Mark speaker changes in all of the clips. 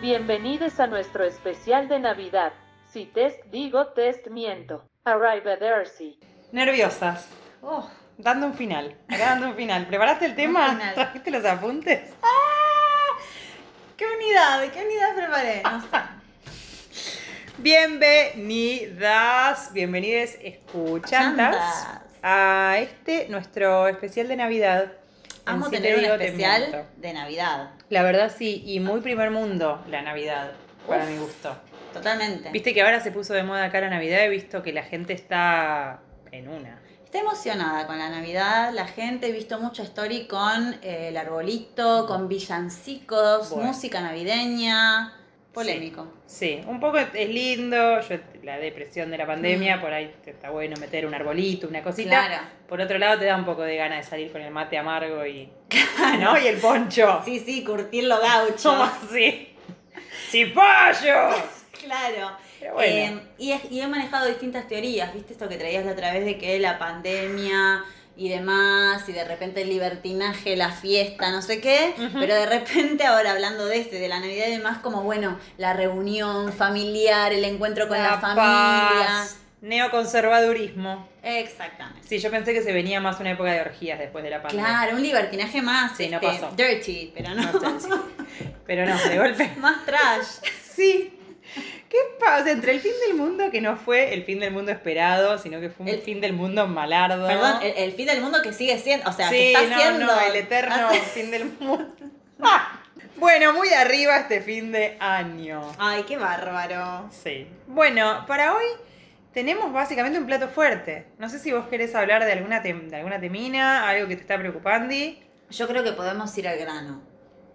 Speaker 1: Bienvenidos a nuestro especial de Navidad. Si test digo, test miento. Arrivederci.
Speaker 2: Nerviosas. Oh, dando un final. Acá dando un final. ¿Preparaste el tema?
Speaker 3: final.
Speaker 2: ¿Trajiste los apuntes?
Speaker 3: ¿Qué unidad? ¿Qué unidad preparé? No sé.
Speaker 2: Bienvenidas, bienvenides, escuchantas
Speaker 3: Escuchandas.
Speaker 2: a este nuestro especial de Navidad. En
Speaker 3: Amo
Speaker 2: Si te
Speaker 3: tener un
Speaker 2: digo, te
Speaker 3: especial
Speaker 2: miento.
Speaker 3: de Navidad.
Speaker 2: La verdad sí, y muy primer mundo la Navidad, para
Speaker 3: Uf.
Speaker 2: mi gusto.
Speaker 3: Totalmente.
Speaker 2: Viste que ahora se puso de moda acá la Navidad, he visto que la gente está en una.
Speaker 3: Está emocionada con la Navidad, la gente, he visto mucha story con eh, el arbolito, con villancicos,
Speaker 2: Bueno.
Speaker 3: música navideña. Polémico.
Speaker 2: Sí, un poco es lindo, yo la depresión de la pandemia, por ahí te está bueno meter un arbolito, una cosita.
Speaker 3: Mm. Claro.
Speaker 2: Por otro lado te da un poco de ganas de salir con el mate amargo y ¿no? Y el poncho.
Speaker 3: Sí, sí, curtirlo gaucho.
Speaker 2: Somos así. ¡Cipollos!
Speaker 3: Claro.
Speaker 2: Pero bueno.
Speaker 3: Eh, y, he- y he manejado distintas teorías, ¿viste? Esto que traías la otra vez de que la pandemia y demás, y de repente el libertinaje, la fiesta, no sé qué,
Speaker 2: Ujú.
Speaker 3: pero de repente ahora hablando de este, de la Navidad y demás, como bueno, la reunión familiar, el encuentro con la, familia.
Speaker 2: paz, Neoconservadurismo.
Speaker 3: Exactamente.
Speaker 2: Sí, yo pensé que se venía más una época de orgías después de la pandemia.
Speaker 3: Claro, un libertinaje más
Speaker 2: Sí, no
Speaker 3: este,
Speaker 2: pasó.
Speaker 3: dirty, pero no.
Speaker 2: No sé, Pero no, de golpe.
Speaker 3: más trash.
Speaker 2: Sí. ¿Qué pasa? Entre el fin del mundo, que no fue el fin del mundo esperado, sino que fue un
Speaker 3: El-
Speaker 2: fin del mundo malardo.
Speaker 3: Perdón, el, el fin del mundo que sigue siendo, o sea,
Speaker 2: sí,
Speaker 3: que está
Speaker 2: no,
Speaker 3: siendo
Speaker 2: no, el eterno fin del mundo. Ah, bueno, muy arriba este fin de año.
Speaker 3: Ay, qué bárbaro.
Speaker 2: Sí. Bueno, para hoy tenemos básicamente un plato fuerte. No sé si vos querés hablar de alguna, tem- de alguna temina, algo que te está preocupando.
Speaker 3: Yo creo que podemos ir al grano.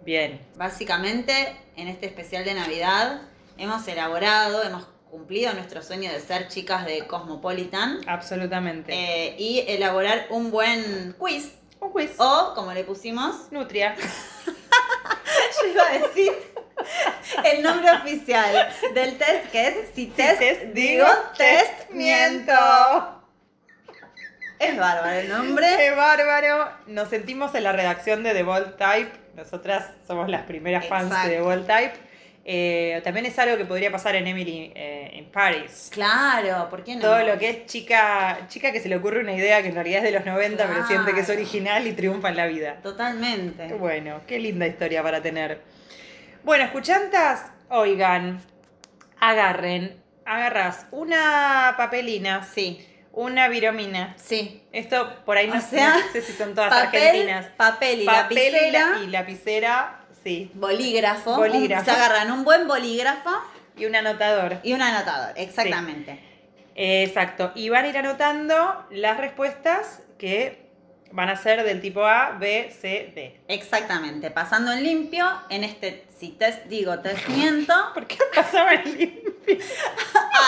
Speaker 2: Bien.
Speaker 3: Básicamente, en este especial de Navidad hemos elaborado, hemos cumplido nuestro sueño de ser chicas de Cosmopolitan
Speaker 2: Absolutamente.
Speaker 3: eh, y elaborar un buen quiz
Speaker 2: un quiz.
Speaker 3: o, como le pusimos,
Speaker 2: Nutria.
Speaker 3: yo iba a decir el nombre oficial del test que es si test,
Speaker 2: test,
Speaker 3: digo test miento.
Speaker 2: miento.
Speaker 3: Es bárbaro el nombre.
Speaker 2: ¡Qué bárbaro! Nos sentimos en la redacción de The Bold Type. Nosotras somos las primeras fans
Speaker 3: Exacto.
Speaker 2: de The Bold Type. Eh, también es algo que podría pasar en Emily eh, en Paris.
Speaker 3: Claro, ¿por qué no?
Speaker 2: Todo lo que es chica, chica que se le ocurre una idea que en realidad es de los 90, pero siente que es
Speaker 3: Claro.
Speaker 2: original y triunfa en la vida.
Speaker 3: Totalmente.
Speaker 2: Bueno, qué linda historia para tener. Bueno, escuchantas, oigan, agarren, agarras una papelina,
Speaker 3: Sí,
Speaker 2: una viromina.
Speaker 3: sí.
Speaker 2: Esto por ahí no,
Speaker 3: O sea,
Speaker 2: no sé si son todas
Speaker 3: Papel,
Speaker 2: argentinas.
Speaker 3: papel y
Speaker 2: Papel y
Speaker 3: lapicera.
Speaker 2: la- y lapicera, sí.
Speaker 3: Bolígrafo.
Speaker 2: Bolígrafo.
Speaker 3: Un- Se agarran un buen bolígrafo
Speaker 2: Y un anotador.
Speaker 3: y un anotador, exactamente.
Speaker 2: Eh, exacto. Y van a ir anotando las respuestas que van a ser del tipo A, B, C, D.
Speaker 3: Exactamente. Pasando en limpio, en este, si test digo test miento,
Speaker 2: ¿Por qué pasaba el link?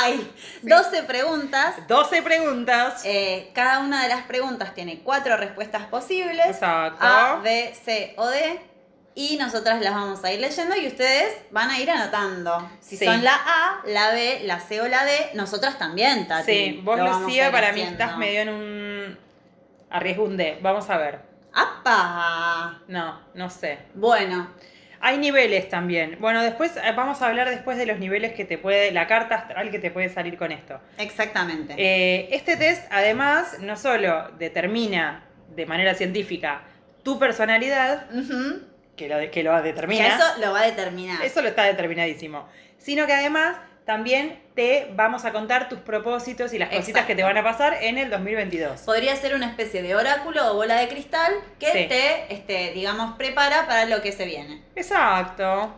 Speaker 3: hay 12 preguntas.
Speaker 2: 12 preguntas.
Speaker 3: Eh, cada una de las preguntas tiene cuatro respuestas posibles.
Speaker 2: Exacto.
Speaker 3: A, B, C o D. Y nosotras las vamos a ir leyendo y ustedes van a ir anotando. Si
Speaker 2: Sí.
Speaker 3: son la A, la B, la C o la D, nosotras también, Tati.
Speaker 2: sí, vos
Speaker 3: Lo vamos a
Speaker 2: Lucía,
Speaker 3: ir
Speaker 2: para mí
Speaker 3: haciendo.
Speaker 2: estás medio en un. Arriesgo un D. Vamos a ver.
Speaker 3: ¡Apa!
Speaker 2: No, no sé.
Speaker 3: Bueno,
Speaker 2: Hay niveles también. Bueno, después eh, vamos a hablar después de los niveles que te puede, la carta astral que te puede salir con esto.
Speaker 3: exactamente.
Speaker 2: Eh, este test, además, no solo determina de manera científica tu personalidad,
Speaker 3: Ujú.
Speaker 2: que lo, que lo determina,
Speaker 3: Que
Speaker 2: eso...
Speaker 3: eso lo va a determinar.
Speaker 2: lo está determinadísimo, sino que además también te vamos a contar tus propósitos y las cositas
Speaker 3: Exacto.
Speaker 2: que te van a pasar en el 2022.
Speaker 3: Podría ser una especie de oráculo o bola de cristal que
Speaker 2: Sí.
Speaker 3: te, este, digamos, prepara para lo que se viene.
Speaker 2: Exacto.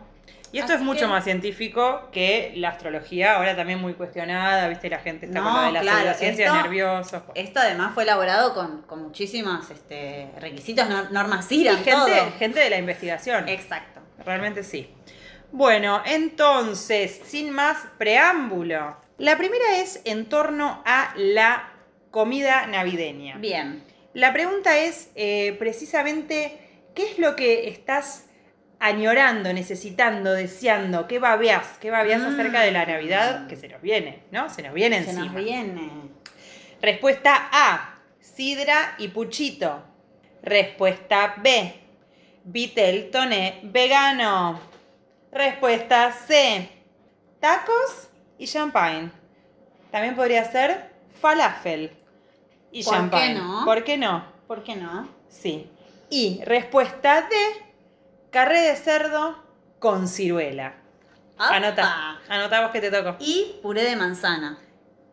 Speaker 2: Y esto es
Speaker 3: Así
Speaker 2: mucho
Speaker 3: que-
Speaker 2: más científico que la astrología, ahora también muy cuestionada, viste, la gente está con
Speaker 3: No,
Speaker 2: lo de la
Speaker 3: claro,
Speaker 2: pseudociencia,
Speaker 3: esto-
Speaker 2: nerviosos.
Speaker 3: Esto además fue elaborado con, con muchísimos este, requisitos, nor- normas
Speaker 2: Y
Speaker 3: IRA,
Speaker 2: gente,
Speaker 3: todo.
Speaker 2: gente de la investigación.
Speaker 3: Exacto.
Speaker 2: Realmente sí. Bueno, entonces, sin más preámbulo. La primera es en torno a la comida navideña.
Speaker 3: Bien.
Speaker 2: La pregunta es eh, precisamente, ¿qué es lo que estás añorando, necesitando, deseando, ¿qué babeás? ¿Qué babeás acerca de la Navidad que se nos viene? ¿No? Se nos viene
Speaker 3: Mm. Se
Speaker 2: encima.
Speaker 3: nos viene.
Speaker 2: Respuesta A, sidra y puchito. Respuesta B, vitel toné vegano. Respuesta C, tacos y champagne. También podría ser falafel y
Speaker 3: ¿Por qué
Speaker 2: champagne.
Speaker 3: no?
Speaker 2: ¿Por qué no?
Speaker 3: ¿Por qué no?
Speaker 2: Sí. Y respuesta D, carré de cerdo con ciruela. Anota,
Speaker 3: ¡Apa!
Speaker 2: anota vos que te toco.
Speaker 3: Y puré de manzana.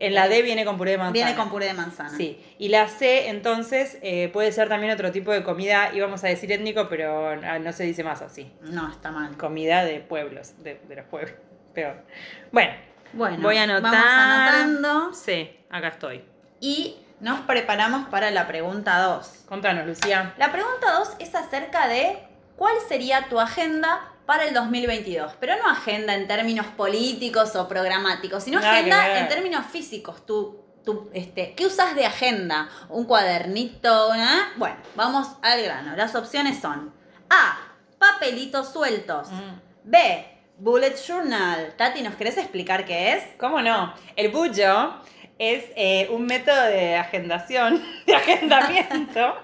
Speaker 2: En la D viene con puré de manzana.
Speaker 3: Viene con puré de manzana.
Speaker 2: Sí, y la C entonces eh, puede ser también otro tipo de comida, íbamos a decir étnico, pero ah, no se dice más así.
Speaker 3: No, está mal.
Speaker 2: Comida de pueblos, de, de los pueblos. Peor. Bueno,
Speaker 3: Bueno,
Speaker 2: voy a anotar.
Speaker 3: vamos anotando
Speaker 2: Sí, acá estoy.
Speaker 3: y nos preparamos para la pregunta 2.
Speaker 2: Contanos, Lucía.
Speaker 3: La pregunta 2 es acerca de cuál sería tu agenda para el 2022, pero no agenda en términos políticos o programáticos, sino
Speaker 2: Nada que ver.
Speaker 3: agenda en términos físicos. Tú, tú, este, ¿Qué usas de agenda? ¿Un cuadernito? una- Bueno, vamos al grano. Las opciones son A, papelitos sueltos.
Speaker 2: Mm.
Speaker 3: B, bullet journal. Tati, ¿nos querés explicar qué es?
Speaker 2: ¿Cómo no? El bullo es eh, un método de agendación, de agendamiento,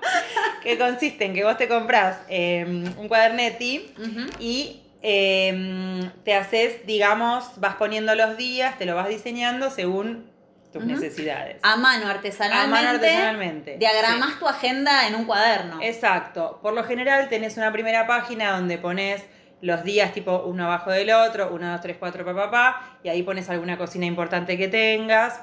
Speaker 2: que consiste en que vos te compras eh, un cuadernetti y eh, te haces, digamos, vas poniendo los días, te lo vas diseñando según tus
Speaker 3: Ujú.
Speaker 2: necesidades.
Speaker 3: A mano
Speaker 2: A
Speaker 3: artesanalmente.
Speaker 2: mano artesanalmente.
Speaker 3: Diagramas tu agenda en un cuaderno.
Speaker 2: Sí. Exacto. Por lo general tenés una primera página donde pones los días tipo uno abajo del otro, uno, dos, tres, cuatro, papá, papá, y ahí pones alguna cocina importante que tengas.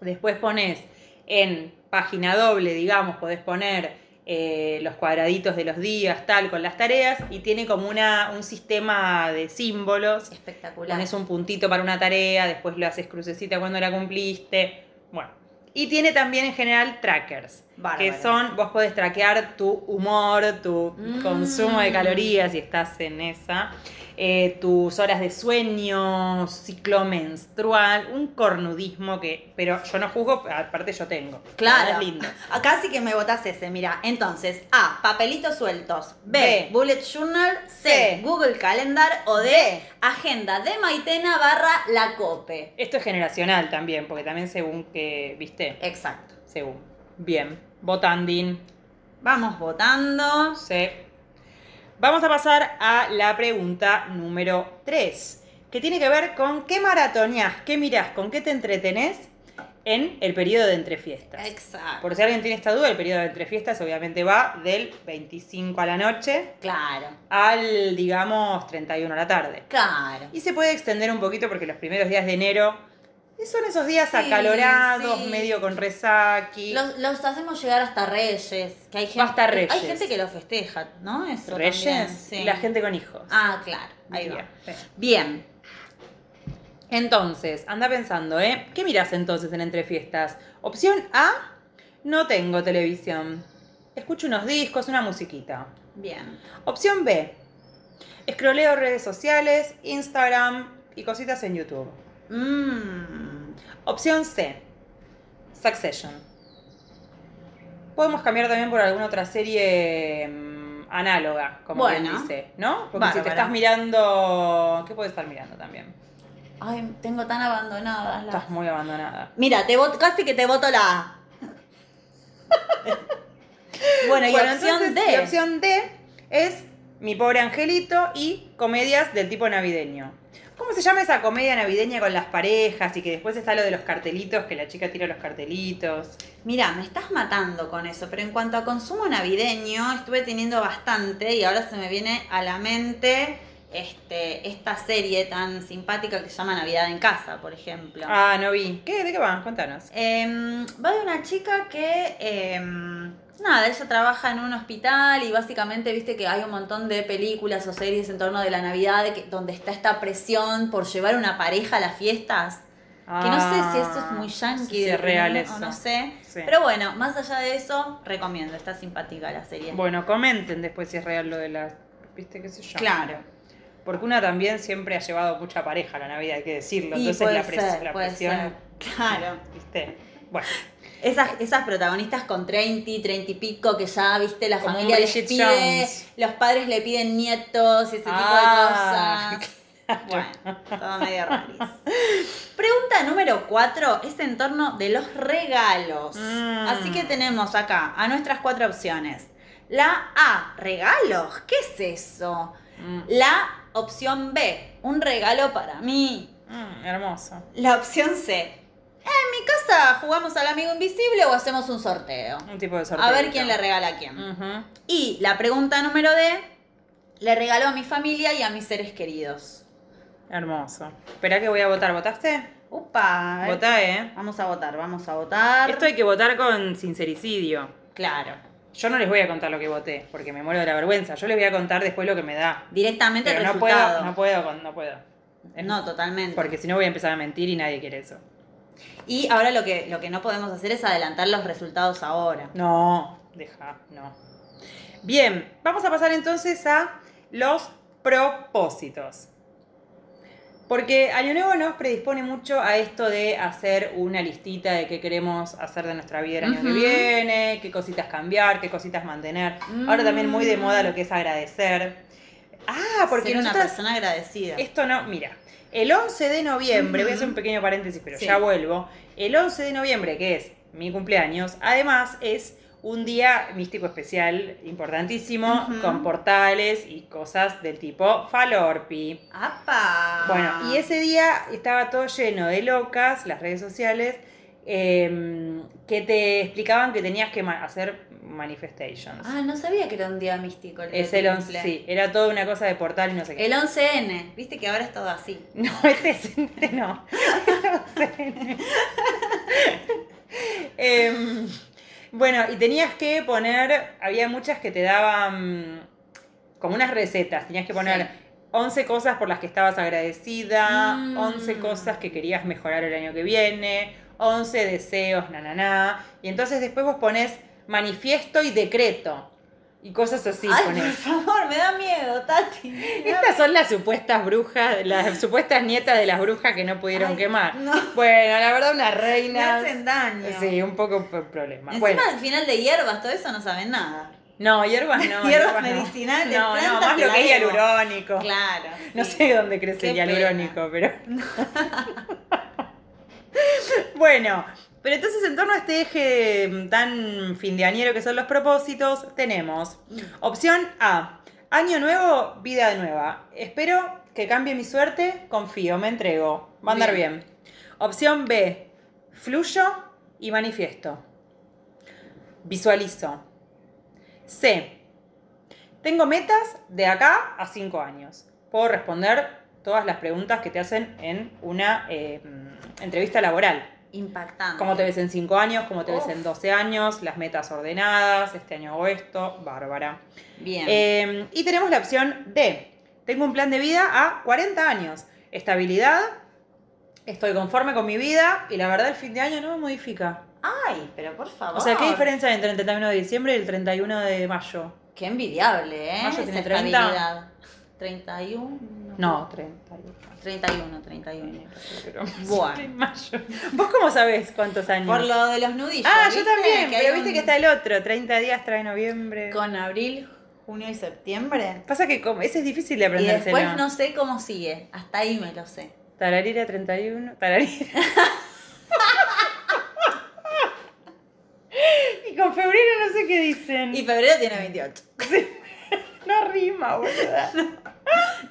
Speaker 2: Después pones en página doble, digamos, podés poner eh, los cuadraditos de los días, tal, con las tareas, y tiene como una, un sistema de símbolos
Speaker 3: Espectacular.
Speaker 2: Pones un puntito para una tarea, después lo haces crucecita cuando la cumpliste. Bueno. Y tiene también en general trackers,
Speaker 3: Bárbaro.
Speaker 2: que son, vos podés traquear tu humor, tu
Speaker 3: Mm.
Speaker 2: consumo de calorías, si estás en esa, eh, tus horas de sueño, ciclo menstrual, un cornudismo que, pero yo no juzgo, aparte yo tengo.
Speaker 3: Claro.
Speaker 2: Es lindo.
Speaker 3: Acá sí que me votás ese, mira. Entonces, A, papelitos sueltos. B,
Speaker 2: B,
Speaker 3: bullet journal. C,
Speaker 2: C,
Speaker 3: Google Calendar. O D, agenda de Maitena barra la cope.
Speaker 2: Esto es generacional también, porque también según que, viste,
Speaker 3: Exacto.
Speaker 2: según. Bien. Botandín.
Speaker 3: Vamos votando.
Speaker 2: Sí. Vamos a pasar a la pregunta número 3, que tiene que ver con qué maratoneás, qué mirás, con qué te entretenés en el periodo de entrefiestas.
Speaker 3: Exacto.
Speaker 2: Por si alguien tiene esta duda, el periodo de entrefiestas obviamente va del 25 a la noche
Speaker 3: Claro.
Speaker 2: al, digamos, 31 a la tarde.
Speaker 3: Claro.
Speaker 2: Y se puede extender un poquito porque los primeros días de enero son esos días
Speaker 3: Sí,
Speaker 2: acalorados,
Speaker 3: sí.
Speaker 2: medio con resaqui.
Speaker 3: Los, los hacemos llegar hasta Reyes. Que hay gente,
Speaker 2: Va hasta Reyes.
Speaker 3: Hay gente que lo festeja, ¿no? Eso
Speaker 2: Reyes
Speaker 3: también, sí.
Speaker 2: y la gente con hijos.
Speaker 3: Ah, claro. Ahí va.
Speaker 2: Bien.
Speaker 3: Bien.
Speaker 2: Entonces, anda pensando, ¿eh? ¿Qué mirás entonces en Entre Fiestas? Opción A, no tengo televisión. Escucho unos discos, una musiquita.
Speaker 3: Bien.
Speaker 2: Opción B, escroleo redes sociales, Instagram y cositas en YouTube.
Speaker 3: Mm.
Speaker 2: Opción C, Succession. Podemos cambiar también por alguna otra serie mm, análoga, como
Speaker 3: Bueno.
Speaker 2: bien dice, ¿no? Porque si
Speaker 3: Bárbara.
Speaker 2: te estás mirando, ¿qué puedes estar mirando también?
Speaker 3: Ay, tengo tan abandonadas las.
Speaker 2: Estás muy abandonada.
Speaker 3: Mira, te voto, casi que te voto la A. bueno, y
Speaker 2: Bueno,
Speaker 3: opción
Speaker 2: entonces,
Speaker 3: D.
Speaker 2: La opción D es Mi pobre angelito y comedias del tipo navideño. ¿Cómo se llama esa comedia navideña con las parejas y que después está lo de los cartelitos, que la chica tira los cartelitos?
Speaker 3: Mira, me estás matando con eso, pero en cuanto a consumo navideño, estuve teniendo bastante y ahora se me viene a la mente este, esta serie tan simpática que se llama Navidad en Casa, por ejemplo.
Speaker 2: Ah, no vi. ¿Qué? ¿De qué van? Cuéntanos.
Speaker 3: Em, va de una chica que, em, nada, ella trabaja en un hospital y básicamente viste que hay un montón de películas o series en torno de la Navidad de que- donde está esta presión por llevar una pareja a las fiestas. Que no sé si eso es muy yankee,
Speaker 2: Ah, Sí,
Speaker 3: de-
Speaker 2: es real
Speaker 3: o
Speaker 2: eso.
Speaker 3: no sé.
Speaker 2: Sí.
Speaker 3: Pero bueno, más allá de eso, recomiendo, está simpática la serie.
Speaker 2: Bueno, comenten después si es real lo de las... ¿Viste qué sé yo?
Speaker 3: Claro.
Speaker 2: Porque una también siempre ha llevado mucha pareja a la Navidad, hay que decirlo.
Speaker 3: Y
Speaker 2: Entonces
Speaker 3: puede
Speaker 2: la, pres-
Speaker 3: ser,
Speaker 2: la
Speaker 3: puede
Speaker 2: presión...
Speaker 3: ser. Claro.
Speaker 2: ¿Viste? Bueno.
Speaker 3: Esas, esas protagonistas con 30, 30 y pico, que ya, viste, la
Speaker 2: Como un
Speaker 3: familia les
Speaker 2: Bridget
Speaker 3: pide,
Speaker 2: Jones.
Speaker 3: los padres le piden nietos y ese
Speaker 2: Ah,
Speaker 3: tipo de cosas. Bueno, todo medio rarísimo. Pregunta número 4 es en torno de los regalos.
Speaker 2: Mm.
Speaker 3: Así que tenemos acá a nuestras cuatro opciones. La A, regalos. ¿Qué es eso?
Speaker 2: Mm,
Speaker 3: La opción B, un regalo para mí.
Speaker 2: mm, hermoso.
Speaker 3: La opción C, en mi casa jugamos al amigo invisible o hacemos un sorteo.
Speaker 2: Un Mm. tipo de sorteo.
Speaker 3: A ver quién le regala a quién.
Speaker 2: Ujú.
Speaker 3: Y la pregunta número D, le regalo a mi familia y a mis seres queridos.
Speaker 2: Hermoso. Espera que voy a votar. ¿Votaste?
Speaker 3: Upa, a ver.
Speaker 2: Votá, ¿eh?
Speaker 3: Vamos a votar, vamos a votar.
Speaker 2: Esto hay que votar con sincericidio.
Speaker 3: Claro.
Speaker 2: Yo no les voy a contar lo que voté, porque me muero de la vergüenza. Yo les voy a contar después lo que me da.
Speaker 3: Directamente
Speaker 2: Pero
Speaker 3: el
Speaker 2: no
Speaker 3: resultado.
Speaker 2: puedo, no puedo, con- no puedo. Es-
Speaker 3: No, totalmente.
Speaker 2: Porque si no voy a empezar a mentir y nadie quiere eso.
Speaker 3: Y ahora lo que, lo que no podemos hacer es adelantar los resultados ahora.
Speaker 2: No, deja, no. Bien, vamos a pasar entonces a los propósitos. Porque Año Nuevo nos predispone mucho a esto de hacer una listita de qué queremos hacer de nuestra vida el año que
Speaker 3: Ujú.
Speaker 2: viene, qué cositas cambiar, qué cositas mantener. Ahora también muy de moda lo que es agradecer. Ah, porque
Speaker 3: Mm. Ser una
Speaker 2: nosotras
Speaker 3: persona agradecida.
Speaker 2: esto no, mira, el 11 de noviembre, voy a hacer un pequeño paréntesis, pero ya
Speaker 3: Sí.
Speaker 2: vuelvo. El 11 de noviembre, que es mi cumpleaños, además es un día místico especial, importantísimo,
Speaker 3: Ujú.
Speaker 2: con portales y cosas del tipo Falorpi.
Speaker 3: ¡Apa!
Speaker 2: Bueno,
Speaker 3: Ah.
Speaker 2: y ese día estaba todo lleno de locas, las redes sociales, em, que te explicaban que tenías que ma- hacer manifestations.
Speaker 3: Ah, no sabía que era un día místico. El día
Speaker 2: es
Speaker 3: de
Speaker 2: el
Speaker 3: tu
Speaker 2: 11,
Speaker 3: cumple.
Speaker 2: sí, era toda una cosa de portal y no sé qué.
Speaker 3: El 11N. Viste que ahora es todo así.
Speaker 2: No, este, es- este no. Em, bueno, y tenías que poner, había muchas que te daban mm, como unas recetas, tenías que poner
Speaker 3: Sí.
Speaker 2: 11 cosas por las que estabas agradecida,
Speaker 3: Mm.
Speaker 2: 11 cosas que querías mejorar el año que viene, 11 deseos, na, na, na. Y entonces después vos pones manifiesto y decreto y cosas así.
Speaker 3: Ay,
Speaker 2: ponés.
Speaker 3: por favor, me da miedo, Tati. Me da
Speaker 2: Estas son las supuestas brujas, las supuestas nietas de las brujas que no pudieron
Speaker 3: Ay,
Speaker 2: quemar.
Speaker 3: no.
Speaker 2: Bueno, la verdad, una
Speaker 3: Me
Speaker 2: reina.
Speaker 3: hacen daño.
Speaker 2: Sí, un poco p- problema.
Speaker 3: Encima
Speaker 2: Bueno,
Speaker 3: al final de hierbas, todo eso no saben nada.
Speaker 2: no, hierbas no.
Speaker 3: Hierbas
Speaker 2: no.
Speaker 3: medicinales,
Speaker 2: No, no,
Speaker 3: plantas
Speaker 2: más
Speaker 3: que
Speaker 2: lo
Speaker 3: la
Speaker 2: que es
Speaker 3: vemos.
Speaker 2: hialurónico.
Speaker 3: Claro.
Speaker 2: No
Speaker 3: sí.
Speaker 2: sé dónde crece
Speaker 3: Qué
Speaker 2: el
Speaker 3: pena.
Speaker 2: hialurónico, pero. bueno, pero entonces, en torno a este eje mm, tan fin de añero que son los propósitos, tenemos
Speaker 3: Mm,
Speaker 2: Opción A. Año nuevo, vida nueva. Espero que cambie mi suerte, confío, me entrego. Va a andar bien. Opción B. Fluyo y manifiesto. Visualizo. C. Tengo metas de acá a 5 años. Puedo responder todas las preguntas que te hacen en una eh, entrevista laboral.
Speaker 3: Impactante.
Speaker 2: ¿Cómo te ves en 5 años? ¿Cómo te
Speaker 3: Uf.
Speaker 2: ves en 12 años? Las metas ordenadas. Este año hago esto. Bárbara.
Speaker 3: Bien.
Speaker 2: Eh, y tenemos la opción D. Tengo un plan de vida a 40 años. Estabilidad, estoy conforme con mi vida y la verdad el fin de año no me modifica.
Speaker 3: Ay, pero por favor.
Speaker 2: O sea, ¿qué diferencia hay entre el 31 de diciembre y el 31 de mayo?
Speaker 3: Qué envidiable, ¿eh?
Speaker 2: Mayo tiene
Speaker 3: Esa
Speaker 2: 30.
Speaker 3: estabilidad. 31.
Speaker 2: No, 31.
Speaker 3: 31, 31.
Speaker 2: Pero-
Speaker 3: Bueno.
Speaker 2: Mayo. ¿Vos cómo sabés cuántos años?
Speaker 3: Por lo de los nudillos.
Speaker 2: ah, yo
Speaker 3: ¿viste?
Speaker 2: también,
Speaker 3: Que hay
Speaker 2: pero viste
Speaker 3: un-
Speaker 2: que está el otro, 30 días trae noviembre.
Speaker 3: Con abril, junio y septiembre.
Speaker 2: Pasa que como- ese es difícil de
Speaker 3: Y
Speaker 2: aprenderse,
Speaker 3: después no sé cómo sigue. Hasta ahí me lo sé.
Speaker 2: Tararira 31. Tararira. y con febrero no sé qué dicen.
Speaker 3: Y febrero tiene 28.
Speaker 2: No rima, boluda.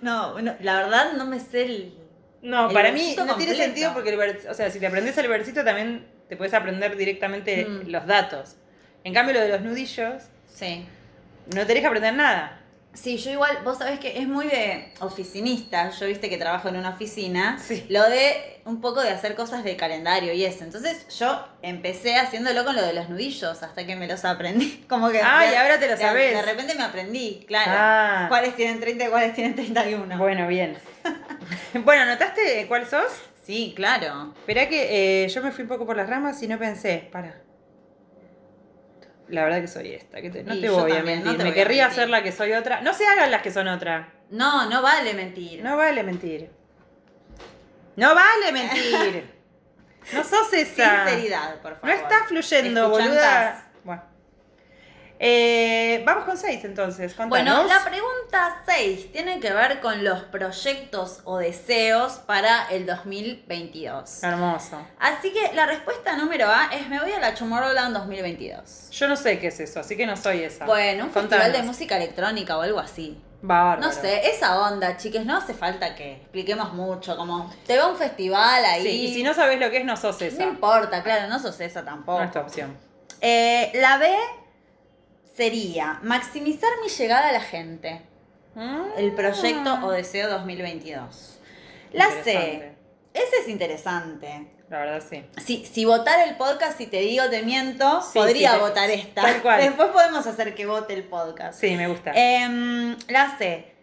Speaker 3: No, no, la verdad no me sé el.
Speaker 2: No,
Speaker 3: El
Speaker 2: para mí no tiene
Speaker 3: versito completo.
Speaker 2: sentido porque, el vers- o sea, si te aprendes el versito también te puedes aprender directamente
Speaker 3: Mm.
Speaker 2: los datos. En cambio, lo de los nudillos,
Speaker 3: Sí.
Speaker 2: no tenés que aprender nada.
Speaker 3: Sí, yo igual, vos sabés que es muy de oficinista, yo viste que trabajo en una oficina,
Speaker 2: Sí.
Speaker 3: lo de un poco de hacer cosas de calendario y eso. Entonces yo empecé haciéndolo con lo de los nudillos hasta que me los aprendí. Como que...
Speaker 2: Ah, y
Speaker 3: de-
Speaker 2: ahora te lo
Speaker 3: de-
Speaker 2: sabés.
Speaker 3: De, repente me aprendí, claro.
Speaker 2: Ah.
Speaker 3: ¿Cuáles tienen 30 y cuáles tienen 31?
Speaker 2: Bueno, bien. bueno, ¿notaste cuál sos?
Speaker 3: Sí, claro.
Speaker 2: Esperá que eh, yo me fui un poco por las ramas y no pensé, para. La verdad que soy esta, que te- no
Speaker 3: Y
Speaker 2: te
Speaker 3: yo
Speaker 2: voy a
Speaker 3: también,
Speaker 2: mentir.
Speaker 3: no te
Speaker 2: me
Speaker 3: voy a
Speaker 2: querría
Speaker 3: mentir.
Speaker 2: hacer la que soy otra. No se hagan las que son otra.
Speaker 3: No, no vale mentir.
Speaker 2: No vale mentir. No vale mentir. No sos esa.
Speaker 3: Sinceridad, por favor.
Speaker 2: No está fluyendo,
Speaker 3: Escuchan
Speaker 2: boluda. Bueno. Eh, vamos con seis entonces. Contanos.
Speaker 3: Bueno, la pregunta 6 tiene que ver con los proyectos o deseos para el 2022.
Speaker 2: Ah. Hermoso.
Speaker 3: Así que la respuesta número A es me voy a la Tomorrowland 2022.
Speaker 2: Yo no sé qué es eso, así que no soy esa.
Speaker 3: Bueno, un festival
Speaker 2: Contanos.
Speaker 3: de música electrónica o algo así.
Speaker 2: Bárbaro.
Speaker 3: No sé, esa onda, chiques, no hace falta que expliquemos mucho, como te va un festival ahí.
Speaker 2: Sí, y si no sabes lo que es, no sos
Speaker 3: no
Speaker 2: esa.
Speaker 3: importa, claro, no sos esa tampoco.
Speaker 2: No es tu opción.
Speaker 3: Eh, la B sería maximizar mi llegada a la gente. El
Speaker 2: Ah.
Speaker 3: proyecto o deseo 2022. Ah. La C.
Speaker 2: Interesante.
Speaker 3: Ese es interesante.
Speaker 2: La verdad, sí.
Speaker 3: Si, si votar el podcast, si te digo te miento,
Speaker 2: Sí,
Speaker 3: podría
Speaker 2: sí, te-
Speaker 3: votar esta.
Speaker 2: tal cual.
Speaker 3: Después podemos hacer que vote el podcast.
Speaker 2: Sí, me gusta.
Speaker 3: Em, la C.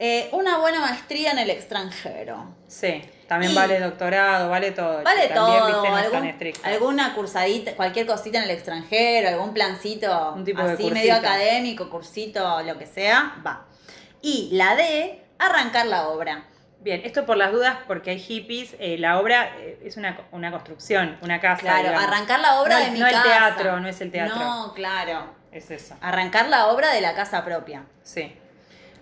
Speaker 3: Eh, una buena maestría en el extranjero.
Speaker 2: sí. También
Speaker 3: y-
Speaker 2: vale doctorado, vale todo.
Speaker 3: Vale
Speaker 2: También,
Speaker 3: todo,
Speaker 2: viste, no es tan
Speaker 3: algún-
Speaker 2: estricto.
Speaker 3: alguna cursadita, cualquier cosita en el extranjero, algún plancito
Speaker 2: Un tipo de
Speaker 3: así
Speaker 2: cursito.
Speaker 3: medio académico, cursito, lo que sea, va. Y la D, arrancar la obra.
Speaker 2: Bien, esto por las dudas, porque hay hippies, eh, la obra eh, es una, co- una construcción, una casa.
Speaker 3: Claro,
Speaker 2: digamos.
Speaker 3: arrancar la obra
Speaker 2: No,
Speaker 3: de mi
Speaker 2: no el
Speaker 3: casa.
Speaker 2: teatro, no es el teatro.
Speaker 3: No, claro.
Speaker 2: Es eso,
Speaker 3: Arrancar la obra de la casa propia.
Speaker 2: sí.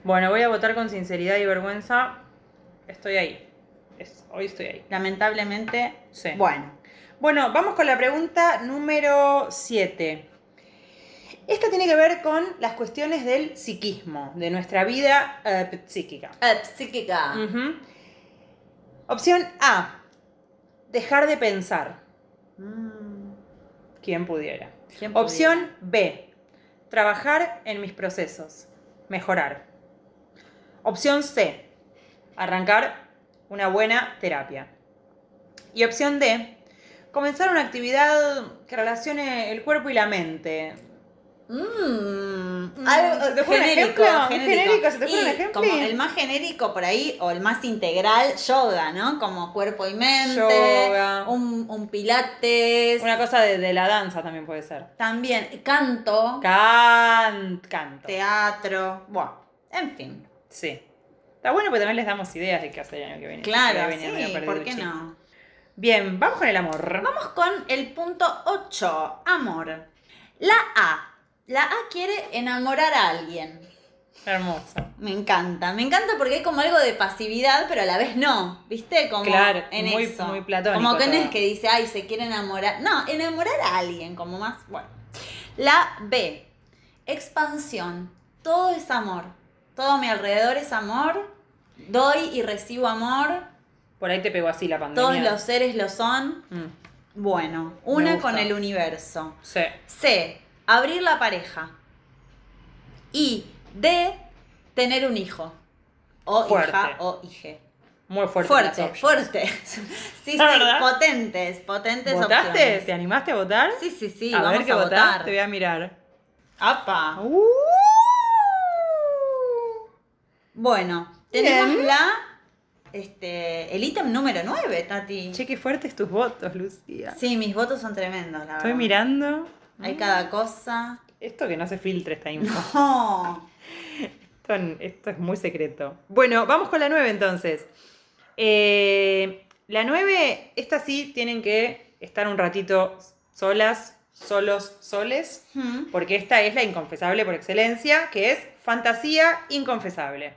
Speaker 2: Bueno, voy a votar con sinceridad y vergüenza. Estoy ahí. Es- hoy estoy ahí.
Speaker 3: Lamentablemente,
Speaker 2: Sí.
Speaker 3: bueno.
Speaker 2: Bueno, vamos con la pregunta número 7. Esta tiene que ver con las cuestiones del psiquismo, de nuestra vida eh, psíquica.
Speaker 3: Eh, psíquica.
Speaker 2: Ujú. Opción A, dejar de pensar,
Speaker 3: Mm,
Speaker 2: quien pudiera.
Speaker 3: ¿quién
Speaker 2: Opción B, trabajar en mis procesos, mejorar. Opción C, arrancar una buena terapia. Y opción D, comenzar una actividad que relacione el cuerpo y la mente.
Speaker 3: pudiera? Mm,
Speaker 2: Mm,
Speaker 3: algo
Speaker 2: ¿se te ocurre un
Speaker 3: genérico,
Speaker 2: ejemplo? Un
Speaker 3: genérico.
Speaker 2: genérico, ¿se te ocurre un
Speaker 3: Y
Speaker 2: ejemplo?
Speaker 3: Como el más genérico por ahí, o el más integral, yoga, ¿no? Como cuerpo y mente.
Speaker 2: Yoga.
Speaker 3: Un, un pilates.
Speaker 2: Una cosa de, de la danza también puede ser.
Speaker 3: También canto,
Speaker 2: Can- canto.
Speaker 3: teatro. Bueno, en fin.
Speaker 2: Sí. Está bueno porque también les damos ideas de qué hacer el año que viene. Ya
Speaker 3: Claro,
Speaker 2: venía medio
Speaker 3: sí,
Speaker 2: perdido
Speaker 3: ¿por
Speaker 2: el
Speaker 3: qué
Speaker 2: chip.
Speaker 3: no?
Speaker 2: Bien, vamos con el amor.
Speaker 3: Vamos con el punto 8, amor. La A. La A quiere enamorar a alguien.
Speaker 2: Hermoso.
Speaker 3: Me encanta, me encanta porque hay como algo de pasividad, pero a la vez no, ¿viste? Como
Speaker 2: Claro,
Speaker 3: en
Speaker 2: muy-
Speaker 3: eso.
Speaker 2: muy platónico
Speaker 3: Como que no
Speaker 2: todo.
Speaker 3: es que dice, ay, se quiere enamorar. No, enamorar a alguien, como más, bueno. La B, expansión. Todo es amor. Todo a mi alrededor es amor. Doy y recibo amor.
Speaker 2: Por ahí te pegó así la
Speaker 3: Todos
Speaker 2: pandemia.
Speaker 3: los seres lo son.
Speaker 2: Mm,
Speaker 3: Bueno,
Speaker 2: Me
Speaker 3: una
Speaker 2: gusta.
Speaker 3: con el universo.
Speaker 2: sí.
Speaker 3: C. Abrir la pareja. Y D. Tener un hijo. O
Speaker 2: Fuerte.
Speaker 3: hija o hije.
Speaker 2: Muy fuerte.
Speaker 3: Fuerte,
Speaker 2: las
Speaker 3: fuerte.
Speaker 2: options.
Speaker 3: Sí, sí,
Speaker 2: La verdad.
Speaker 3: potentes, potentes
Speaker 2: ¿Votaste?
Speaker 3: opciones.
Speaker 2: ¿Te animaste a votar?
Speaker 3: Sí, sí, sí,
Speaker 2: a
Speaker 3: vamos
Speaker 2: ver qué
Speaker 3: a
Speaker 2: votás,
Speaker 3: votar.
Speaker 2: Te voy a mirar.
Speaker 3: Apa.
Speaker 2: Uh,
Speaker 3: Bueno, tenemos
Speaker 2: Bien.
Speaker 3: la este el ítem número 9, Tati.
Speaker 2: che, qué fuertes tus votos, Lucía.
Speaker 3: Sí, mis votos son tremendos, la
Speaker 2: Estoy
Speaker 3: verdad.
Speaker 2: mirando.
Speaker 3: Hay
Speaker 2: Mm,
Speaker 3: cada cosa. Oh.
Speaker 2: Esto que no se filtre esta info.
Speaker 3: No.
Speaker 2: Esto, esto es muy secreto. Bueno, vamos con la 9 entonces. Eh, la 9, estas sí tienen que estar un ratito solas, solos, soles,
Speaker 3: Hmm.
Speaker 2: porque esta es la inconfesable por excelencia, que es fantasía inconfesable.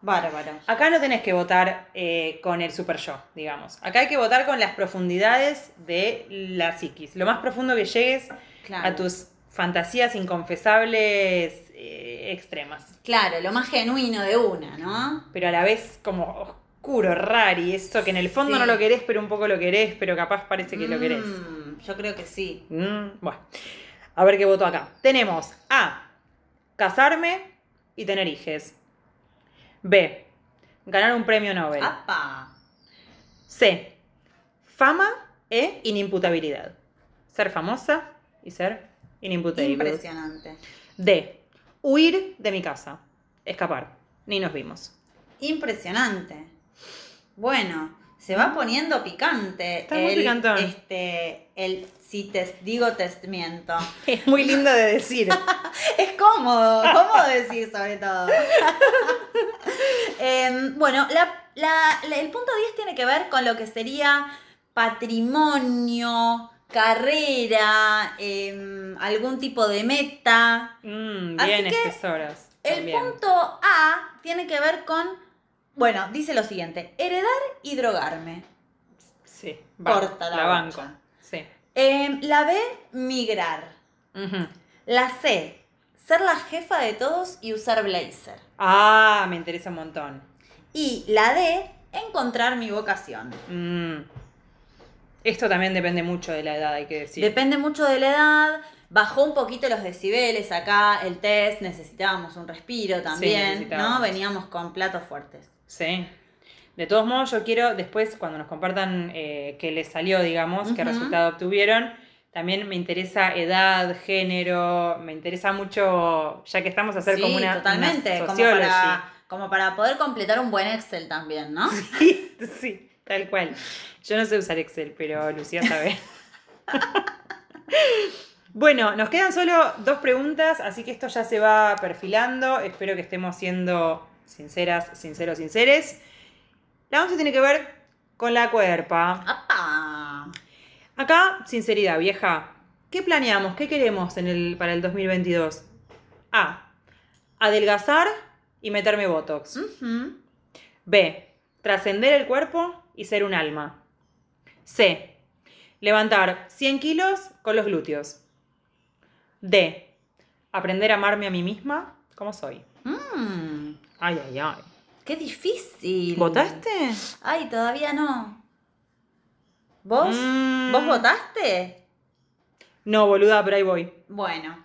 Speaker 3: Bárbaro.
Speaker 2: Acá no tenés que votar eh, con el super yo, digamos. Acá hay que votar con las profundidades de la psiquis. Lo más profundo que llegues
Speaker 3: Claro.
Speaker 2: a tus fantasías inconfesables eh, extremas.
Speaker 3: Claro, lo más genuino de una, ¿no?
Speaker 2: Pero a la vez como oscuro, rari, eso que en el fondo
Speaker 3: Sí.
Speaker 2: no lo querés, pero un poco lo querés, pero capaz parece que lo querés.
Speaker 3: Mm, yo creo que sí.
Speaker 2: Mm, bueno, a ver qué voto acá. Tenemos A, casarme y tener hijes. B, ganar un premio Nobel.
Speaker 3: Ah. ¡Apa!
Speaker 2: C. Fama e inimputabilidad. Ser famosa y ser inimputable.
Speaker 3: Impresionante.
Speaker 2: D. Huir de mi casa. Escapar. Ni nos vimos.
Speaker 3: Impresionante. Bueno, se va poniendo picante.
Speaker 2: Está muy
Speaker 3: el,
Speaker 2: picantón.
Speaker 3: Este, el si te digo te miento.
Speaker 2: Es muy lindo de decir.
Speaker 3: Es cómodo, cómodo decir sobre todo. Em, bueno, la- la- la- el punto 10 tiene que ver con lo que sería patrimonio, carrera, em, algún tipo de meta.
Speaker 2: Mm,
Speaker 3: Así
Speaker 2: bien,
Speaker 3: que
Speaker 2: tesoros.
Speaker 3: El punto A tiene que ver con, bueno, dice lo siguiente, heredar y drogarme.
Speaker 2: Sí, va,
Speaker 3: Corta la,
Speaker 2: la banco.
Speaker 3: bocha.
Speaker 2: Sí.
Speaker 3: Em, la B, migrar.
Speaker 2: Ujú.
Speaker 3: La C, ser la jefa de todos y usar blazer.
Speaker 2: Ah, me interesa un montón.
Speaker 3: Y la D, encontrar mi vocación.
Speaker 2: Mm. Esto también depende mucho de la edad, hay que decir.
Speaker 3: Depende mucho de la edad. Bajó un poquito los decibeles acá, el test, necesitábamos un respiro también,
Speaker 2: necesitábamos.
Speaker 3: ¿no? Veníamos con platos fuertes.
Speaker 2: Sí. De todos modos, yo quiero después, cuando nos compartan eh, qué les salió, digamos, qué
Speaker 3: Ujú.
Speaker 2: resultado obtuvieron, también me interesa edad, género, me interesa mucho, ya que estamos a hacer
Speaker 3: Sí,
Speaker 2: como una,
Speaker 3: totalmente,
Speaker 2: una
Speaker 3: como,
Speaker 2: sociology.
Speaker 3: para, como para poder completar un buen Excel también, ¿no?
Speaker 2: Sí, tal cual. Yo no sé usar Excel, pero Lucía sabe. bueno, nos quedan solo dos preguntas, así que esto ya se va perfilando. Espero que estemos siendo sinceras, sinceros, sinceres. La 11 tiene que ver con la cuerpa.
Speaker 3: ¡Apa!
Speaker 2: Acá, sinceridad, vieja. ¿Qué planeamos? ¿Qué queremos en el, para el 2022? A. Adelgazar y meterme Botox.
Speaker 3: Ujú.
Speaker 2: B. Trascender el cuerpo y ser un alma. C. Levantar 100 kilos con los glúteos. D. Aprender a amarme a mí misma como soy.
Speaker 3: Mm,
Speaker 2: Ay, ay, ay.
Speaker 3: ¡Qué difícil!
Speaker 2: ¿Votaste?
Speaker 3: Ay, todavía no. ¿Vos?
Speaker 2: Mm.
Speaker 3: ¿Vos votaste?
Speaker 2: No, boluda, pero ahí voy.
Speaker 3: Bueno,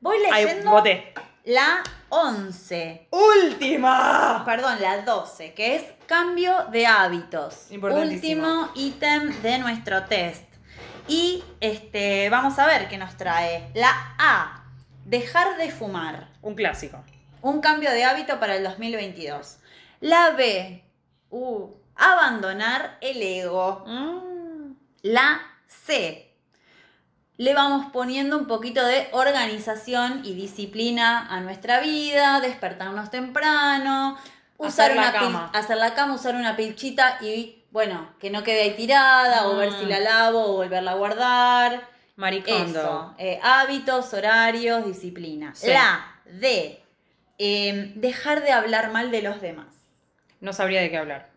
Speaker 3: voy
Speaker 2: Ahí
Speaker 3: leyendo
Speaker 2: voté.
Speaker 3: la 11.
Speaker 2: ¡Última!
Speaker 3: Perdón, la 12, que es cambio de hábitos.
Speaker 2: Importantísimo.
Speaker 3: Último ítem de nuestro test. Y este, vamos a ver qué nos trae. La A, dejar de fumar.
Speaker 2: Un clásico.
Speaker 3: Un cambio de hábito para el 2022. La B, uh, abandonar el ego. Mm. La C. Le vamos poniendo un poquito de organización y disciplina a nuestra vida, despertarnos temprano, usar
Speaker 2: Hacer la
Speaker 3: una pil-
Speaker 2: cama.
Speaker 3: hacer la cama, usar una pilchita y bueno, que no quede ahí tirada, o ver
Speaker 2: Mm.
Speaker 3: si la lavo, o volverla a guardar.
Speaker 2: Maricondo.
Speaker 3: Eso. eh, hábitos, horarios, disciplina.
Speaker 2: Sí.
Speaker 3: La D. em, dejar de hablar mal de los demás.
Speaker 2: No sabría de qué hablar.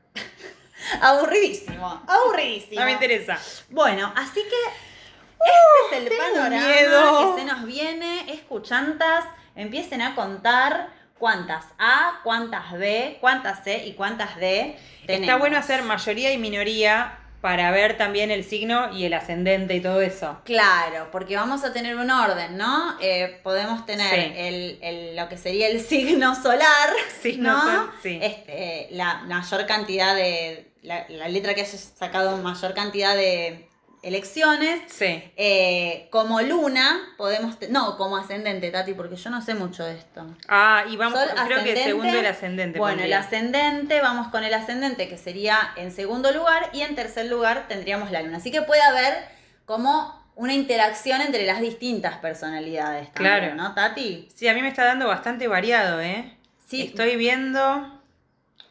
Speaker 3: Aburridísimo, aburridísimo.
Speaker 2: No me interesa.
Speaker 3: Bueno, así que este es el
Speaker 2: tengo
Speaker 3: panorama
Speaker 2: miedo.
Speaker 3: que se nos viene. Escuchantas, empiecen a contar cuántas A, cuántas B, cuántas C y cuántas D tenemos.
Speaker 2: Está bueno hacer mayoría y minoría para ver también el signo y el ascendente y todo eso.
Speaker 3: Claro, porque vamos a tener un orden, ¿no? Eh, podemos tener
Speaker 2: Sí.
Speaker 3: el, el- lo que sería el signo solar,
Speaker 2: Signo
Speaker 3: ¿no?
Speaker 2: sol- sí.
Speaker 3: Este, eh, la mayor cantidad de. La, la letra que haya sacado mayor cantidad de elecciones.
Speaker 2: Sí.
Speaker 3: Eh, como luna, podemos. te- No, como ascendente, Tati, porque yo no sé mucho de esto.
Speaker 2: Ah, y vamos,
Speaker 3: Sol,
Speaker 2: creo que
Speaker 3: ascendente.
Speaker 2: segundo el ascendente.
Speaker 3: Bueno, el
Speaker 2: pondría.
Speaker 3: ascendente, vamos con el ascendente, que sería en segundo lugar, y en tercer lugar tendríamos la luna. Así que puede haber como una interacción entre las distintas personalidades. también,
Speaker 2: Claro.
Speaker 3: ¿No, Tati?
Speaker 2: Sí, a mí me está dando bastante variado, ¿eh?
Speaker 3: Sí,
Speaker 2: Estoy viendo.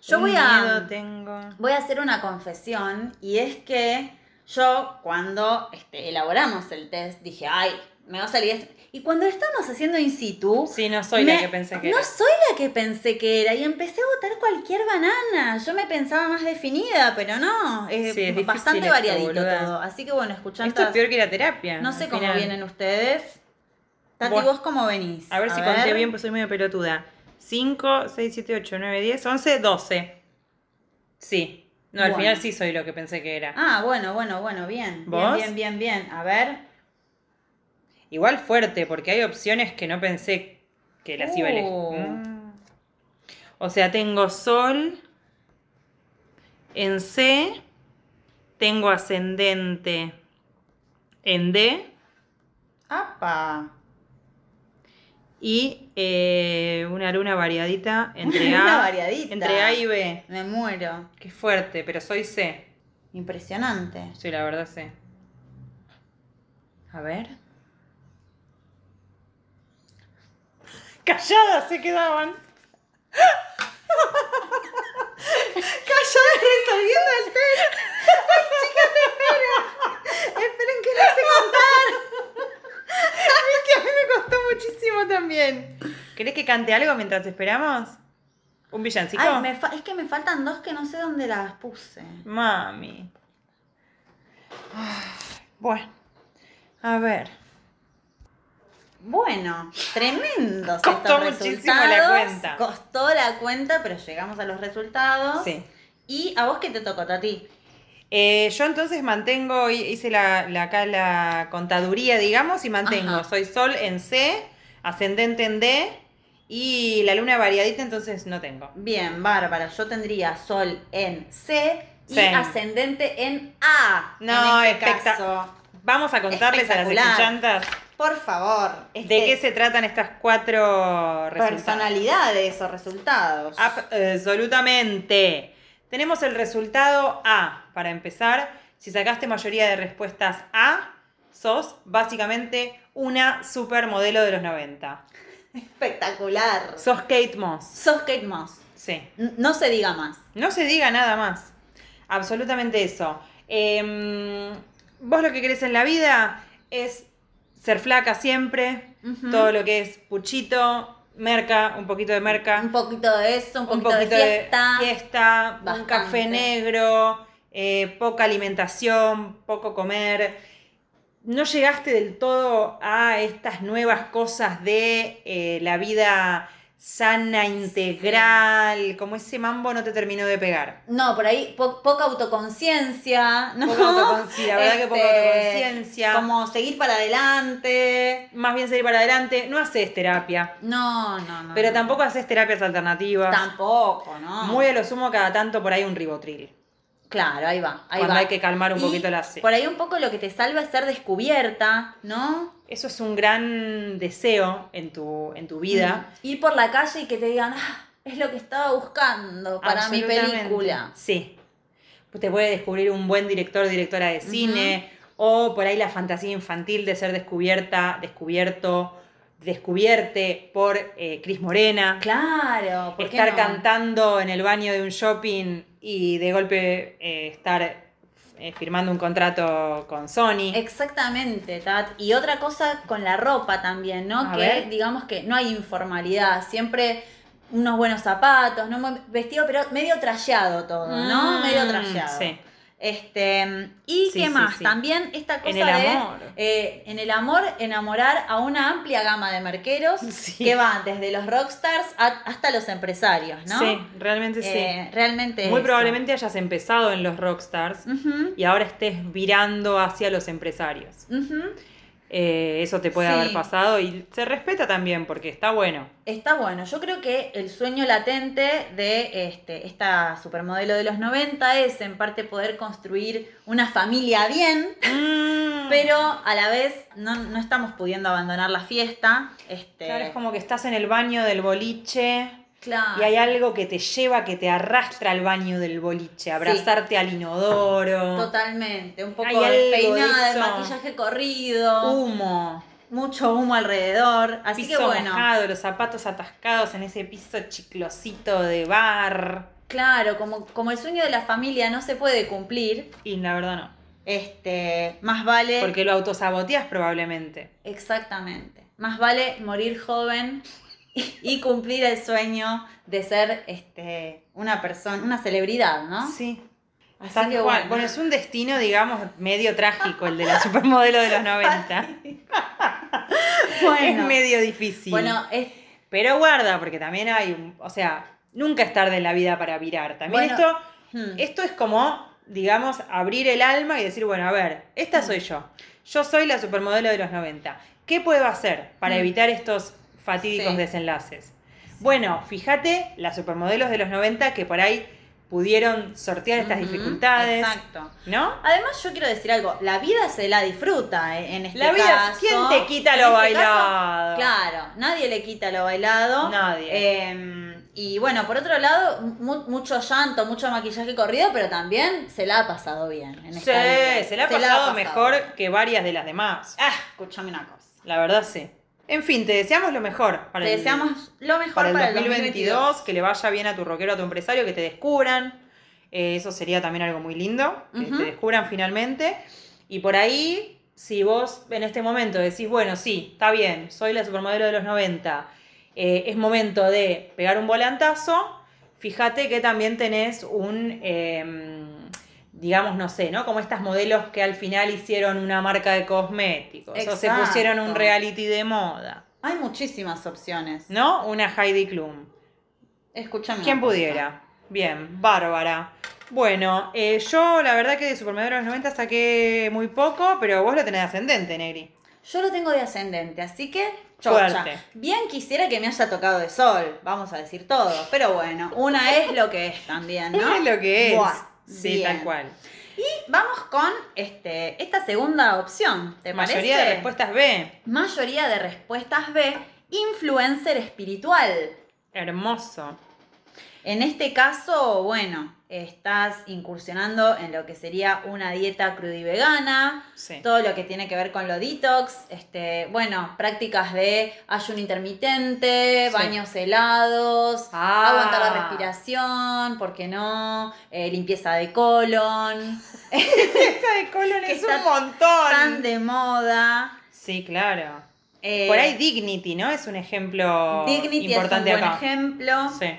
Speaker 3: yo
Speaker 2: un
Speaker 3: voy a.
Speaker 2: miedo tengo.
Speaker 3: Voy a hacer una confesión y es que yo cuando este, elaboramos el test dije, ay, me va a salir esto. Y cuando lo estábamos haciendo in situ,
Speaker 2: Sí, no soy la
Speaker 3: me-
Speaker 2: que pensé que
Speaker 3: no
Speaker 2: era.
Speaker 3: soy la que pensé que era y empecé a votar cualquier banana. Yo me pensaba más definida, pero no. Es
Speaker 2: Sí, es difícil
Speaker 3: bastante
Speaker 2: esto,
Speaker 3: variadito
Speaker 2: boluda.
Speaker 3: todo. Así que bueno, escuchando.
Speaker 2: Esto es peor que la terapia.
Speaker 3: No sé
Speaker 2: al
Speaker 3: cómo
Speaker 2: final.
Speaker 3: vienen ustedes. Tati,
Speaker 2: Bueno,
Speaker 3: vos cómo venís.
Speaker 2: A ver si conté bien, pues soy medio pelotuda. 5, 6, 7, 8, 9, 10, 11, 12. Sí. No, al
Speaker 3: Bueno.
Speaker 2: final sí soy lo que pensé que era.
Speaker 3: Ah, bueno, bueno, bueno, bien.
Speaker 2: ¿Vos?
Speaker 3: Bien, bien, bien, bien. A ver.
Speaker 2: Igual fuerte, porque hay opciones que no pensé que las iba a elegir.
Speaker 3: Uh.
Speaker 2: Mm. O sea, tengo sol en C, tengo ascendente en D
Speaker 3: ¡Apa!
Speaker 2: y eh, una luna variadita entre
Speaker 3: Una
Speaker 2: A,
Speaker 3: variadita.
Speaker 2: entre A y B.
Speaker 3: Me muero.
Speaker 2: Qué fuerte, pero soy C.
Speaker 3: Impresionante.
Speaker 2: Sí, la verdad C. A ver. Calladas se quedaban.
Speaker 3: Cayó resolviendo el test. ¡Ay, chicas,
Speaker 2: que cante algo mientras esperamos? ¿Un villancico?
Speaker 3: Ay, me fa- es que me faltan dos que no sé dónde las puse.
Speaker 2: Mami. Ah, Bueno. A ver.
Speaker 3: Bueno, tremendos
Speaker 2: Costó
Speaker 3: estos
Speaker 2: muchísimo
Speaker 3: resultados.
Speaker 2: la cuenta.
Speaker 3: Costó la cuenta, pero llegamos a los resultados.
Speaker 2: Sí.
Speaker 3: ¿Y a vos qué te tocó, Tati?
Speaker 2: Eh, yo entonces mantengo, hi- hice la, la- acá la contaduría, digamos, y mantengo.
Speaker 3: Ajá.
Speaker 2: Soy sol en C, ascendente en D y la luna variadita, entonces no tengo.
Speaker 3: Bien, Bárbara, yo tendría sol en C y
Speaker 2: Sí.
Speaker 3: ascendente en A.
Speaker 2: No,
Speaker 3: en este
Speaker 2: especta-
Speaker 3: caso.
Speaker 2: Vamos a contarles a las
Speaker 3: Espectacular.
Speaker 2: escuchantas
Speaker 3: Por favor. este,
Speaker 2: de qué se tratan estas cuatro resultados. Ah,
Speaker 3: personalidades o resultados.
Speaker 2: Absolutamente. Tenemos el resultado A. Para empezar, si sacaste mayoría de respuestas A, sos básicamente una supermodelo de los 90.
Speaker 3: Espectacular.
Speaker 2: Sos Kate Moss.
Speaker 3: Sos Kate Moss.
Speaker 2: Sí.
Speaker 3: N- No se diga más.
Speaker 2: No se diga nada más. Absolutamente eso. Em, vos lo que querés en la vida es ser flaca siempre.
Speaker 3: Ujú.
Speaker 2: Todo lo que es puchito, merca, un poquito de merca.
Speaker 3: Un poquito de eso, un poquito, de fiesta.
Speaker 2: fiesta, un
Speaker 3: Bastante.
Speaker 2: café negro, eh, poca alimentación, poco comer. No llegaste del todo a estas nuevas cosas de eh, la vida sana, integral, como ese mambo no te terminó de pegar.
Speaker 3: No, por ahí po- poca autoconciencia, ¿no?
Speaker 2: Poca autoconciencia, la verdad que poca
Speaker 3: Este,
Speaker 2: autoconciencia.
Speaker 3: Como seguir para adelante.
Speaker 2: Más bien salir para adelante, no haces terapia,
Speaker 3: No, no, no.
Speaker 2: pero
Speaker 3: no.
Speaker 2: tampoco haces terapias alternativas.
Speaker 3: Tampoco, ¿no?
Speaker 2: Muy a lo sumo cada tanto por ahí un ribotril.
Speaker 3: Claro, ahí va, ahí
Speaker 2: cuando
Speaker 3: va.
Speaker 2: hay que calmar un
Speaker 3: Y
Speaker 2: poquito la sed.
Speaker 3: Por ahí un poco lo que te salva es ser descubierta, ¿no?
Speaker 2: Eso es un gran deseo en tu, en tu vida.
Speaker 3: Mm. Ir por la calle y que te digan, ah, es lo que estaba buscando para mi
Speaker 2: Absolutamente.
Speaker 3: película.
Speaker 2: Sí. Pues Te puede descubrir un buen director, directora de cine, o por ahí la fantasía infantil de ser descubierta, descubierto, descubierte por eh, Cris Morena.
Speaker 3: Claro, ¿por qué
Speaker 2: estar
Speaker 3: no?
Speaker 2: cantando en el baño de un shopping y de golpe eh, estar eh, firmando un contrato con Sony.
Speaker 3: Exactamente, Tat. Y otra cosa con la ropa también, ¿no?
Speaker 2: A
Speaker 3: que
Speaker 2: ver.
Speaker 3: digamos que no hay informalidad, siempre unos buenos zapatos, no Un buen vestido, pero medio tralleado todo, ¿no?
Speaker 2: Mm,
Speaker 3: medio tralleado.
Speaker 2: Sí.
Speaker 3: Este, y
Speaker 2: Sí,
Speaker 3: qué
Speaker 2: sí,
Speaker 3: más,
Speaker 2: sí.
Speaker 3: también esta cosa
Speaker 2: En el
Speaker 3: de
Speaker 2: amor.
Speaker 3: eh, en el amor enamorar a una amplia gama de merqueros
Speaker 2: Sí.
Speaker 3: que va desde los rockstars a- hasta los empresarios, ¿no?
Speaker 2: Sí, realmente sí.
Speaker 3: Eh, realmente
Speaker 2: Muy
Speaker 3: eso.
Speaker 2: probablemente hayas empezado en los rockstars
Speaker 3: Ujú,
Speaker 2: y ahora estés virando hacia los empresarios.
Speaker 3: ujú.
Speaker 2: Eh, eso te puede
Speaker 3: Sí.
Speaker 2: haber pasado y se respeta también porque está bueno.
Speaker 3: Está bueno, yo creo que el sueño latente de este, esta supermodelo de los 90 es en parte poder construir una familia bien,
Speaker 2: Mm.
Speaker 3: pero a la vez no, no estamos pudiendo abandonar la fiesta. Este,
Speaker 2: Claro, es como que estás en el baño del boliche
Speaker 3: Claro.
Speaker 2: y hay algo que te lleva, que te arrastra al baño del boliche, abrazarte al inodoro,
Speaker 3: Totalmente, un poco
Speaker 2: Hay algo de
Speaker 3: despeinada, el
Speaker 2: eso.
Speaker 3: maquillaje corrido,
Speaker 2: humo,
Speaker 3: mucho humo alrededor, así
Speaker 2: piso
Speaker 3: que bueno,
Speaker 2: mojado, los zapatos atascados en ese piso chiclosito de bar.
Speaker 3: claro, como, como el sueño de la familia no se puede cumplir,
Speaker 2: Y la verdad no,
Speaker 3: este, más vale
Speaker 2: porque lo autosaboteas probablemente.
Speaker 3: Exactamente. Más vale morir joven y cumplir el sueño de ser este, una persona, una celebridad, ¿no?
Speaker 2: Sí.
Speaker 3: Así
Speaker 2: Tal
Speaker 3: que
Speaker 2: cual.
Speaker 3: bueno.
Speaker 2: Bueno. es un destino, digamos, medio trágico el de la supermodelo de los 90.
Speaker 3: Bueno,
Speaker 2: Es medio difícil.
Speaker 3: bueno, es-
Speaker 2: Pero guarda, porque también hay un. O sea, nunca es tarde en la vida para virar. También
Speaker 3: Bueno.
Speaker 2: esto,
Speaker 3: hmm,
Speaker 2: esto es como, digamos, abrir el alma y decir, bueno, a ver, esta soy yo. Yo soy la supermodelo de los 90. ¿Qué puedo hacer para
Speaker 3: Mm.
Speaker 2: evitar estos fatídicos
Speaker 3: Sí.
Speaker 2: desenlaces? Bueno, fíjate, las supermodelos de los 90 que por ahí pudieron sortear estas
Speaker 3: ujú,
Speaker 2: dificultades,
Speaker 3: Exacto.
Speaker 2: ¿no?
Speaker 3: Además, yo quiero decir algo, la vida se la disfruta eh, en este
Speaker 2: La vida,
Speaker 3: caso.
Speaker 2: ¿quién te quita
Speaker 3: En
Speaker 2: lo
Speaker 3: este caso,
Speaker 2: bailado?
Speaker 3: claro, nadie le quita lo bailado.
Speaker 2: Nadie.
Speaker 3: Eh, y bueno, por otro lado, mu- mucho llanto, mucho maquillaje corrido, pero también se la ha pasado bien. En
Speaker 2: sí,
Speaker 3: esta vida.
Speaker 2: se la ha pasado
Speaker 3: bien.
Speaker 2: mejor que varias de las demás.
Speaker 3: Ah, escúchame una cosa.
Speaker 2: La verdad, sí. En fin, te deseamos lo mejor para
Speaker 3: Te
Speaker 2: el-
Speaker 3: deseamos lo mejor
Speaker 2: para
Speaker 3: para,
Speaker 2: el
Speaker 3: 2022.
Speaker 2: 2022, que le vaya bien a tu rockero, a tu empresario, que te descubran. Eh, eso sería también algo muy lindo, que
Speaker 3: Ujú.
Speaker 2: te descubran finalmente. Y por ahí, si vos en este momento decís, bueno, sí, está bien, soy la supermodelo de los 90 eh, es momento de pegar un volantazo, fíjate que también tenés un, eh, digamos, no sé, ¿no? Como estas modelos que al final hicieron una marca de cosméticos o se
Speaker 3: Exacto.
Speaker 2: pusieron un reality de moda,
Speaker 3: Hay muchísimas opciones.
Speaker 2: ¿no? Una Heidi Klum.
Speaker 3: Escúchame.
Speaker 2: Quien
Speaker 3: una cosa.
Speaker 2: pudiera. Bien, Bárbara. Bueno, eh, yo la verdad que de Superman de los 90 saqué muy poco, pero vos lo tenés ascendente, Negri.
Speaker 3: Yo lo tengo de ascendente, así que chocha.
Speaker 2: Fuerte.
Speaker 3: Bien quisiera que me haya tocado de sol, vamos a decir todo. Pero bueno, una es lo que es también, ¿no?
Speaker 2: Una es lo que es.
Speaker 3: Buah,
Speaker 2: sí,
Speaker 3: bien.
Speaker 2: tal cual.
Speaker 3: Vamos con este, esta segunda opción, ¿te
Speaker 2: Mayoría
Speaker 3: parece?
Speaker 2: de respuestas B.
Speaker 3: Mayoría de respuestas B, influencer espiritual.
Speaker 2: Hermoso.
Speaker 3: En este caso, bueno, estás incursionando en lo que sería una dieta crudivegana,
Speaker 2: Sí.
Speaker 3: todo lo que tiene que ver con lo detox, este, bueno, prácticas de ayuno intermitente,
Speaker 2: Sí.
Speaker 3: baños helados,
Speaker 2: Ah.
Speaker 3: aguantar la respiración, ¿por qué no? Eh, limpieza de colon,
Speaker 2: Esa de colon
Speaker 3: Que
Speaker 2: es
Speaker 3: está
Speaker 2: un montón.
Speaker 3: tan de moda.
Speaker 2: Sí, claro.
Speaker 3: Eh,
Speaker 2: Por ahí Dignity, ¿no? Es un ejemplo
Speaker 3: Dignity
Speaker 2: importante
Speaker 3: es un buen
Speaker 2: acá.
Speaker 3: ejemplo.
Speaker 2: Sí.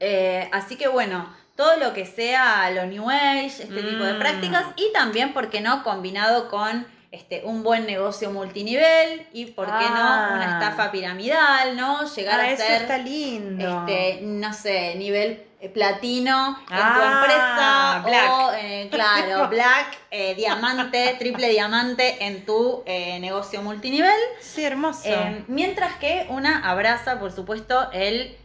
Speaker 3: Eh, así que bueno, todo lo que sea lo New Age, este tipo de
Speaker 2: Mm.
Speaker 3: prácticas, y también, ¿por qué no?, combinado con este, un buen negocio multinivel y, ¿por qué
Speaker 2: Ah.
Speaker 3: no?, una estafa piramidal, ¿no? Llegar
Speaker 2: Ah,
Speaker 3: a
Speaker 2: eso
Speaker 3: ser,
Speaker 2: está lindo.
Speaker 3: este, no sé, nivel eh, platino en
Speaker 2: Ah,
Speaker 3: tu empresa o, eh, claro, black, eh, diamante, triple diamante en tu eh, negocio multinivel.
Speaker 2: Sí, hermoso.
Speaker 3: Eh, mientras que una abraza, por supuesto, el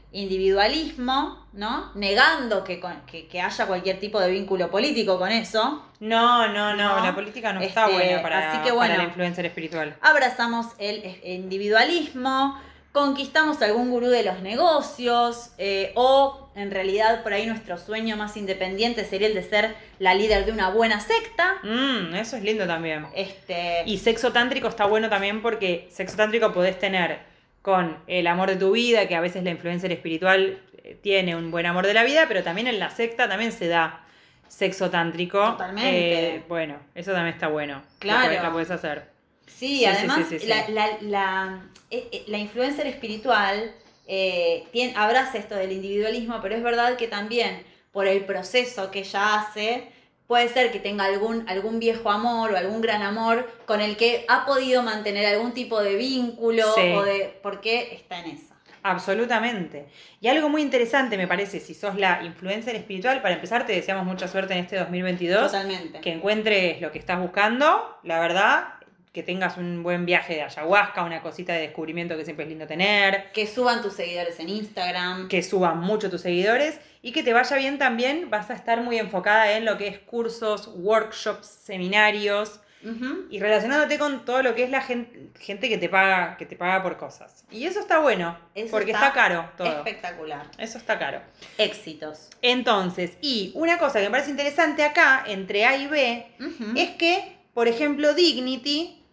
Speaker 3: individualismo, ¿no? Negando que, con- que, que haya cualquier tipo de vínculo político con eso.
Speaker 2: No, no, no,
Speaker 3: No.
Speaker 2: la política no está
Speaker 3: Este,
Speaker 2: buena para,
Speaker 3: así que
Speaker 2: para
Speaker 3: bueno.
Speaker 2: el influencer espiritual.
Speaker 3: Abrazamos el es- individualismo, conquistamos algún gurú de los negocios, eh, o en realidad por ahí nuestro sueño más independiente sería el de ser la líder de una buena secta.
Speaker 2: Mm, eso es lindo también.
Speaker 3: Este,
Speaker 2: Y sexo tántrico está bueno también porque sexo tántrico podés tener con el amor de tu vida, que a veces la influencer espiritual eh, tiene un buen amor de la vida, pero también en la secta también se da sexo tántrico.
Speaker 3: Totalmente.
Speaker 2: Eh, bueno, eso también está bueno. Lo
Speaker 3: Claro.
Speaker 2: podés- La podés hacer.
Speaker 3: Sí,
Speaker 2: Sí,
Speaker 3: además
Speaker 2: sí, sí, sí, sí.
Speaker 3: La, la- la- eh, eh, la influencer espiritual eh, tien- abraza esto del individualismo, pero es verdad que también por el proceso que ella hace, puede ser que tenga algún, algún viejo amor o algún gran amor con el que ha podido mantener algún tipo de vínculo
Speaker 2: Sí.
Speaker 3: o de porque está en esa.
Speaker 2: Absolutamente. Y algo muy interesante me parece, si sos la influencer espiritual, para empezar te deseamos mucha suerte en este 2022.
Speaker 3: Totalmente.
Speaker 2: que encuentres lo que estás buscando, la verdad, que tengas un buen viaje de ayahuasca, una cosita de descubrimiento que siempre es lindo tener,
Speaker 3: Que suban tus seguidores en Instagram.
Speaker 2: que suban mucho tus seguidores y que te vaya bien también, vas a estar muy enfocada en lo que es cursos, workshops, seminarios
Speaker 3: Ujú.
Speaker 2: y relacionándote con todo lo que es la gen- gente que te paga, que te paga por cosas. Y eso está bueno,
Speaker 3: Eso
Speaker 2: porque
Speaker 3: está
Speaker 2: está, caro todo.
Speaker 3: Espectacular.
Speaker 2: Eso está caro.
Speaker 3: Éxitos.
Speaker 2: Entonces, y una cosa que me parece interesante acá, entre A y B,
Speaker 3: Ujú.
Speaker 2: es que, por ejemplo, Dignity,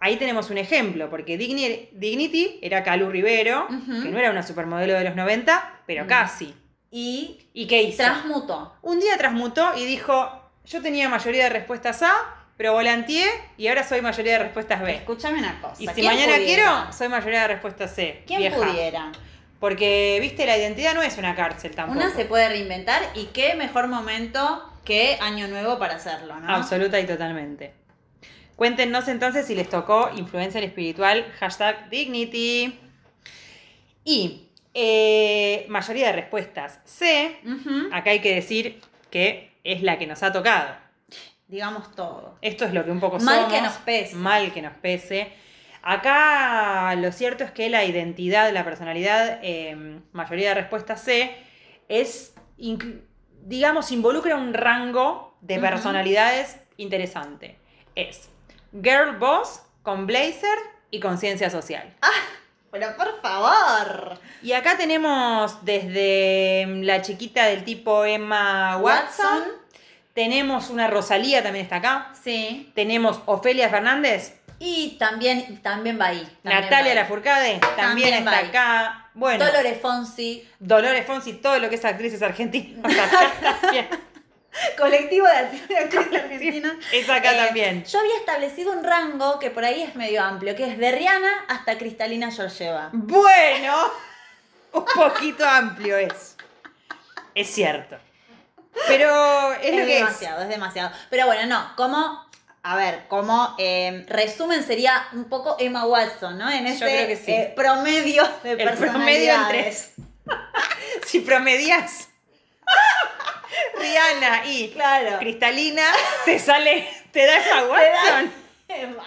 Speaker 2: ahí tenemos un ejemplo, porque Digni- Dignity era Calu Rivero,
Speaker 3: Ujú.
Speaker 2: que no era una supermodelo de los 90, pero
Speaker 3: Mm.
Speaker 2: casi.
Speaker 3: Y
Speaker 2: ¿Y qué hizo?
Speaker 3: transmuto.
Speaker 2: Un día transmutó y dijo, yo tenía mayoría de respuestas A, pero volanteé y ahora soy mayoría de respuestas B.
Speaker 3: Escúchame una cosa.
Speaker 2: Y si
Speaker 3: ¿quién
Speaker 2: mañana
Speaker 3: pudiera?
Speaker 2: quiero, soy mayoría de respuestas C.
Speaker 3: ¿Quién
Speaker 2: vieja.
Speaker 3: pudiera?
Speaker 2: Porque, viste, la identidad no es una cárcel tampoco.
Speaker 3: Una se puede reinventar y qué mejor momento que Año Nuevo para hacerlo, ¿no?
Speaker 2: Absoluta y totalmente. Cuéntenos entonces si les tocó influencer espiritual, hashtag dignity. Y eh, mayoría de respuestas C.
Speaker 3: Ujú.
Speaker 2: Acá hay que decir que es la que nos ha tocado.
Speaker 3: Digamos todo.
Speaker 2: Esto es lo que un poco
Speaker 3: Mal
Speaker 2: somos.
Speaker 3: que nos pese.
Speaker 2: Mal que nos pese. Acá lo cierto es que la identidad, la personalidad, eh, mayoría de respuestas C, es, inclu- digamos, involucra un rango de
Speaker 3: Ujú.
Speaker 2: personalidades interesante. Es girl boss con blazer y conciencia social.
Speaker 3: Pero por favor.
Speaker 2: Y acá tenemos desde em, la chiquita del tipo Emma Watson, tenemos una Rosalía también está acá,
Speaker 3: Sí.
Speaker 2: tenemos Ofelia Fernández,
Speaker 3: Y también, también va ahí. también
Speaker 2: Natalia
Speaker 3: va ahí.
Speaker 2: Lafourcade también,
Speaker 3: También
Speaker 2: está
Speaker 3: va ahí.
Speaker 2: acá. Bueno, Dolores.
Speaker 3: Dolores Fonsi.
Speaker 2: Fonsi, todo lo que es actrices argentinas acá también.
Speaker 3: Colectivo de artistas argentinas.
Speaker 2: Es acá
Speaker 3: Eh,
Speaker 2: también.
Speaker 3: Yo había establecido un rango que por ahí es medio amplio, que es de Rihanna hasta Cristalina Georgieva.
Speaker 2: Bueno, un poquito amplio es. Es cierto. Pero es,
Speaker 3: Es,
Speaker 2: lo que es.
Speaker 3: demasiado, es. demasiado. Pero bueno, no, como, a ver, como eh, resumen sería un poco Emma Watson, ¿no? En
Speaker 2: Yo
Speaker 3: ese
Speaker 2: creo que sí.
Speaker 3: eh, promedio de
Speaker 2: El promedio en
Speaker 3: personalidades.
Speaker 2: tres. si promedias Rihanna y
Speaker 3: Claro.
Speaker 2: Cristalina, te sale, te da esa Watson.
Speaker 3: Emma.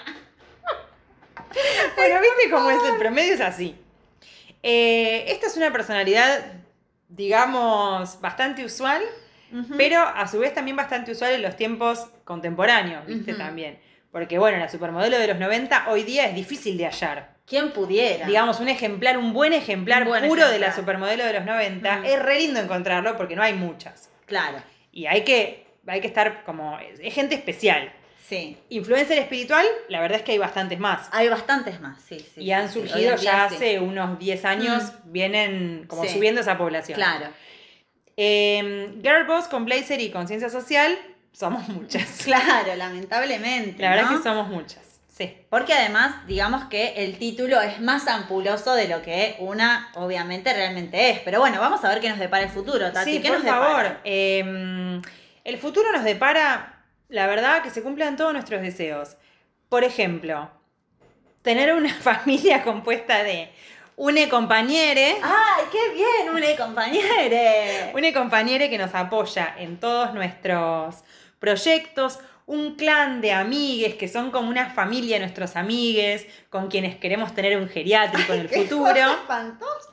Speaker 2: Pero viste cómo es el promedio, es así. Eh, esta es una personalidad, digamos, bastante usual,
Speaker 3: Ujú.
Speaker 2: pero a su vez también bastante usual en los tiempos contemporáneos, viste
Speaker 3: Ujú.
Speaker 2: también. Porque bueno, la supermodelo de los 90 hoy día es difícil de hallar.
Speaker 3: ¿Quién pudiera?
Speaker 2: Digamos, un ejemplar, un buen ejemplar
Speaker 3: Un buen
Speaker 2: puro de la
Speaker 3: ejemplar.
Speaker 2: supermodelo de los 90.
Speaker 3: Mm.
Speaker 2: Es re lindo encontrarlo porque no hay muchas.
Speaker 3: Claro,
Speaker 2: Y hay que, hay que estar como... Es gente especial.
Speaker 3: sí.
Speaker 2: Influencer espiritual, la verdad es que hay bastantes más.
Speaker 3: Hay bastantes más, sí, sí.
Speaker 2: y han
Speaker 3: sí, sí.
Speaker 2: surgido
Speaker 3: Hoy en día
Speaker 2: ya
Speaker 3: sí.
Speaker 2: hace unos 10 años, vienen como
Speaker 3: Mm. Sí.
Speaker 2: subiendo esa población.
Speaker 3: Claro,
Speaker 2: Eh, Girl Boss con Blazer y conciencia social, somos muchas.
Speaker 3: claro, lamentablemente.
Speaker 2: La verdad
Speaker 3: ¿no?
Speaker 2: es que somos muchas. Sí.
Speaker 3: Porque además, digamos que el título es más ampuloso de lo que una, obviamente, realmente es. Pero bueno, vamos a ver qué nos depara el futuro, Tati.
Speaker 2: sí,
Speaker 3: ¿Qué
Speaker 2: por
Speaker 3: nos depara?
Speaker 2: favor. Eh, el futuro nos depara, la verdad, que se cumplan todos nuestros deseos. Por ejemplo, tener una familia compuesta de une compañere,
Speaker 3: ¡Ay, qué bien, une compañere!
Speaker 2: une compañere que nos apoya en todos nuestros proyectos, un clan de amigues que son como una familia, nuestros amigues, con quienes queremos tener un geriátrico en el
Speaker 3: ¡Qué
Speaker 2: futuro.
Speaker 3: cosa espantosa!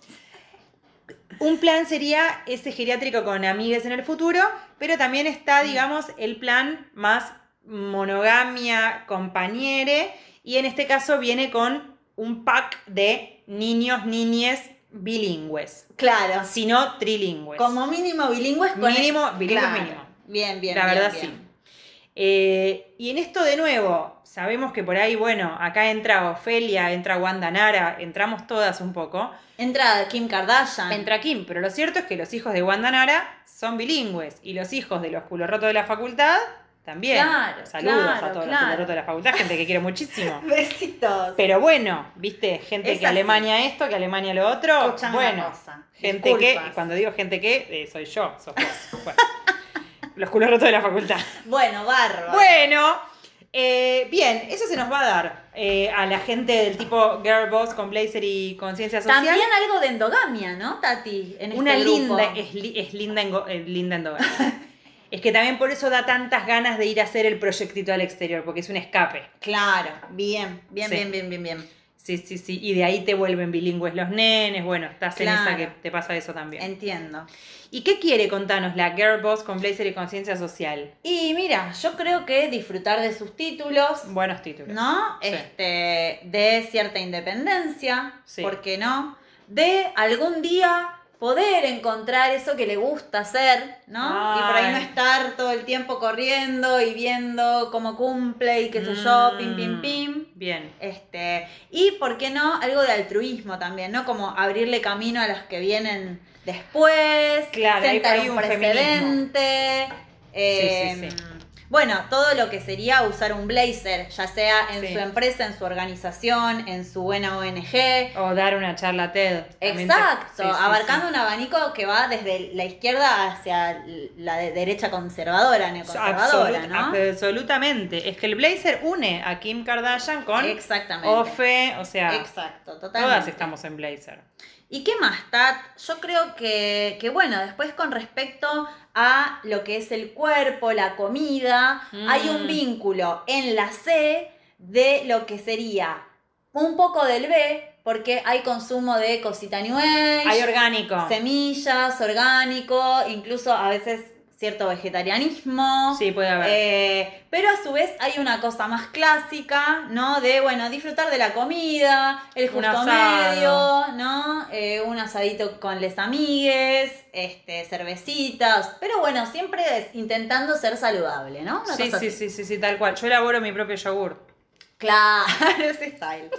Speaker 2: Un plan sería ese geriátrico con amigues en el futuro, pero también
Speaker 3: Mm.
Speaker 2: está, digamos, el plan más monogamia, compañere, y en este caso viene con un pack de niños, niñes bilingües,
Speaker 3: Claro,
Speaker 2: si no trilingües.
Speaker 3: como mínimo bilingües con...
Speaker 2: pues. mínimo, bilingüe
Speaker 3: Claro.
Speaker 2: mínimo.
Speaker 3: Bien, bien,
Speaker 2: La
Speaker 3: bien,
Speaker 2: verdad,
Speaker 3: bien.
Speaker 2: sí. Eh, y en esto de nuevo, sabemos que por ahí, bueno, acá entra Ofelia, entra Wanda Nara, entramos todas un poco.
Speaker 3: Entra Kim Kardashian.
Speaker 2: Entra Kim, pero lo cierto es que los hijos de Wanda Nara son bilingües y los hijos de los culos rotos de la facultad también.
Speaker 3: Claro,
Speaker 2: Saludos a
Speaker 3: claro,
Speaker 2: todos los
Speaker 3: claro.
Speaker 2: culos rotos de la facultad, gente que quiero muchísimo.
Speaker 3: Besitos.
Speaker 2: Pero bueno, viste, gente
Speaker 3: Es
Speaker 2: que
Speaker 3: así.
Speaker 2: Alemania esto, que Alemania lo otro.
Speaker 3: Escuchame
Speaker 2: bueno,
Speaker 3: una cosa.
Speaker 2: gente que,
Speaker 3: Disculpas.
Speaker 2: y cuando digo gente que, eh, soy yo, sos vos. Bueno, los culos rotos de la facultad.
Speaker 3: Bueno, bárbaro.
Speaker 2: Bueno, eh, bien, eso se nos va a dar eh, a la gente del tipo girl boss con blazer y conciencia social.
Speaker 3: También algo de endogamia, ¿no, Tati? En
Speaker 2: Una
Speaker 3: este grupo.
Speaker 2: linda, es, li- es linda en, go- eh, linda en Doberman. es que también por eso da tantas ganas de ir a hacer el proyectito al exterior, porque es un escape.
Speaker 3: Claro, bien, bien,
Speaker 2: Sí.
Speaker 3: bien, bien, bien, bien.
Speaker 2: Sí, sí, sí. Y de ahí te vuelven bilingües los nenes. Bueno, estás en esa
Speaker 3: Claro.
Speaker 2: que te pasa eso también.
Speaker 3: Entiendo.
Speaker 2: ¿Y qué quiere contarnos la Girl Boss con Blazer y Conciencia Social?
Speaker 3: Y mira, yo creo que disfrutar de sus títulos,
Speaker 2: Buenos títulos.
Speaker 3: ¿no?
Speaker 2: Sí.
Speaker 3: Este, de cierta independencia,
Speaker 2: Sí.
Speaker 3: ¿por qué no? De algún día poder encontrar eso que le gusta hacer, ¿no? Y por ahí no
Speaker 2: Ay.
Speaker 3: estar todo el tiempo corriendo y viendo cómo cumple y qué sé yo, pim, pim,
Speaker 2: Mm.
Speaker 3: pim.
Speaker 2: Bien.
Speaker 3: Este, y por qué no, algo de altruismo también, ¿no? Como abrirle camino a los que vienen después,
Speaker 2: Claro, ahí
Speaker 3: sentar
Speaker 2: hay
Speaker 3: un,
Speaker 2: un feminismo.
Speaker 3: precedente. eh,
Speaker 2: Sí, sí, sí.
Speaker 3: Bueno, todo lo que sería usar un blazer, ya sea en
Speaker 2: Sí.
Speaker 3: su empresa, en su organización, en su buena ONG.
Speaker 2: O dar una charla TED. también te- Sí,
Speaker 3: Exacto,
Speaker 2: sí,
Speaker 3: abarcando
Speaker 2: sí.
Speaker 3: un abanico que va desde la izquierda hacia la de- derecha conservadora, neoconservadora,
Speaker 2: Absolut-
Speaker 3: ¿no?
Speaker 2: Absolutamente. Es que el blazer une a Kim Kardashian con
Speaker 3: Exactamente.
Speaker 2: Ofe, o sea,
Speaker 3: Exacto, totalmente.
Speaker 2: todas estamos en blazer.
Speaker 3: ¿Y qué más, Tat? Yo creo que, que, bueno, después con respecto a lo que es el cuerpo, la comida,
Speaker 2: Mm.
Speaker 3: hay un vínculo en la C de lo que sería un poco del B, porque hay consumo de cosita new age,
Speaker 2: Hay orgánico.
Speaker 3: semillas, orgánico, incluso a veces cierto vegetarianismo.
Speaker 2: Sí, puede haber.
Speaker 3: Eh, pero a su vez hay una cosa más clásica, ¿no? De, bueno, disfrutar de la comida, el
Speaker 2: Un
Speaker 3: justo
Speaker 2: asado.
Speaker 3: medio, ¿no? Eh, un asadito con les amigues, este, cervecitas, pero bueno, siempre es intentando ser saludable, ¿no? Una
Speaker 2: sí,
Speaker 3: cosa
Speaker 2: sí,
Speaker 3: así.
Speaker 2: sí, sí, sí, tal cual. Yo elaboro mi propio yogur.
Speaker 3: Claro, ese style.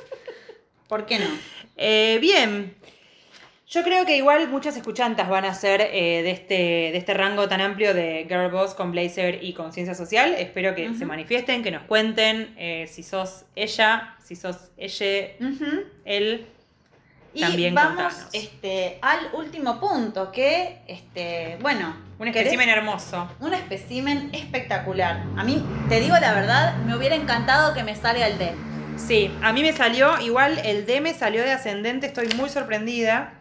Speaker 3: ¿Por qué no?
Speaker 2: Eh, bien. Yo creo que igual muchas escuchantas van a ser eh, de, este, de este rango tan amplio de Girl Boss con Blazer y conciencia social. Espero que
Speaker 3: Ujú.
Speaker 2: se manifiesten, que nos cuenten eh, si sos ella, si sos ella,
Speaker 3: Ujú.
Speaker 2: él.
Speaker 3: Y
Speaker 2: También
Speaker 3: vamos
Speaker 2: contanos.
Speaker 3: este, al último punto, que, este, bueno,
Speaker 2: Un
Speaker 3: ¿querés?
Speaker 2: espécimen hermoso.
Speaker 3: Un espécimen espectacular. A mí, te digo la verdad, me hubiera encantado que me salga el D.
Speaker 2: Sí, a mí me salió, igual el D me salió de ascendente, estoy muy sorprendida,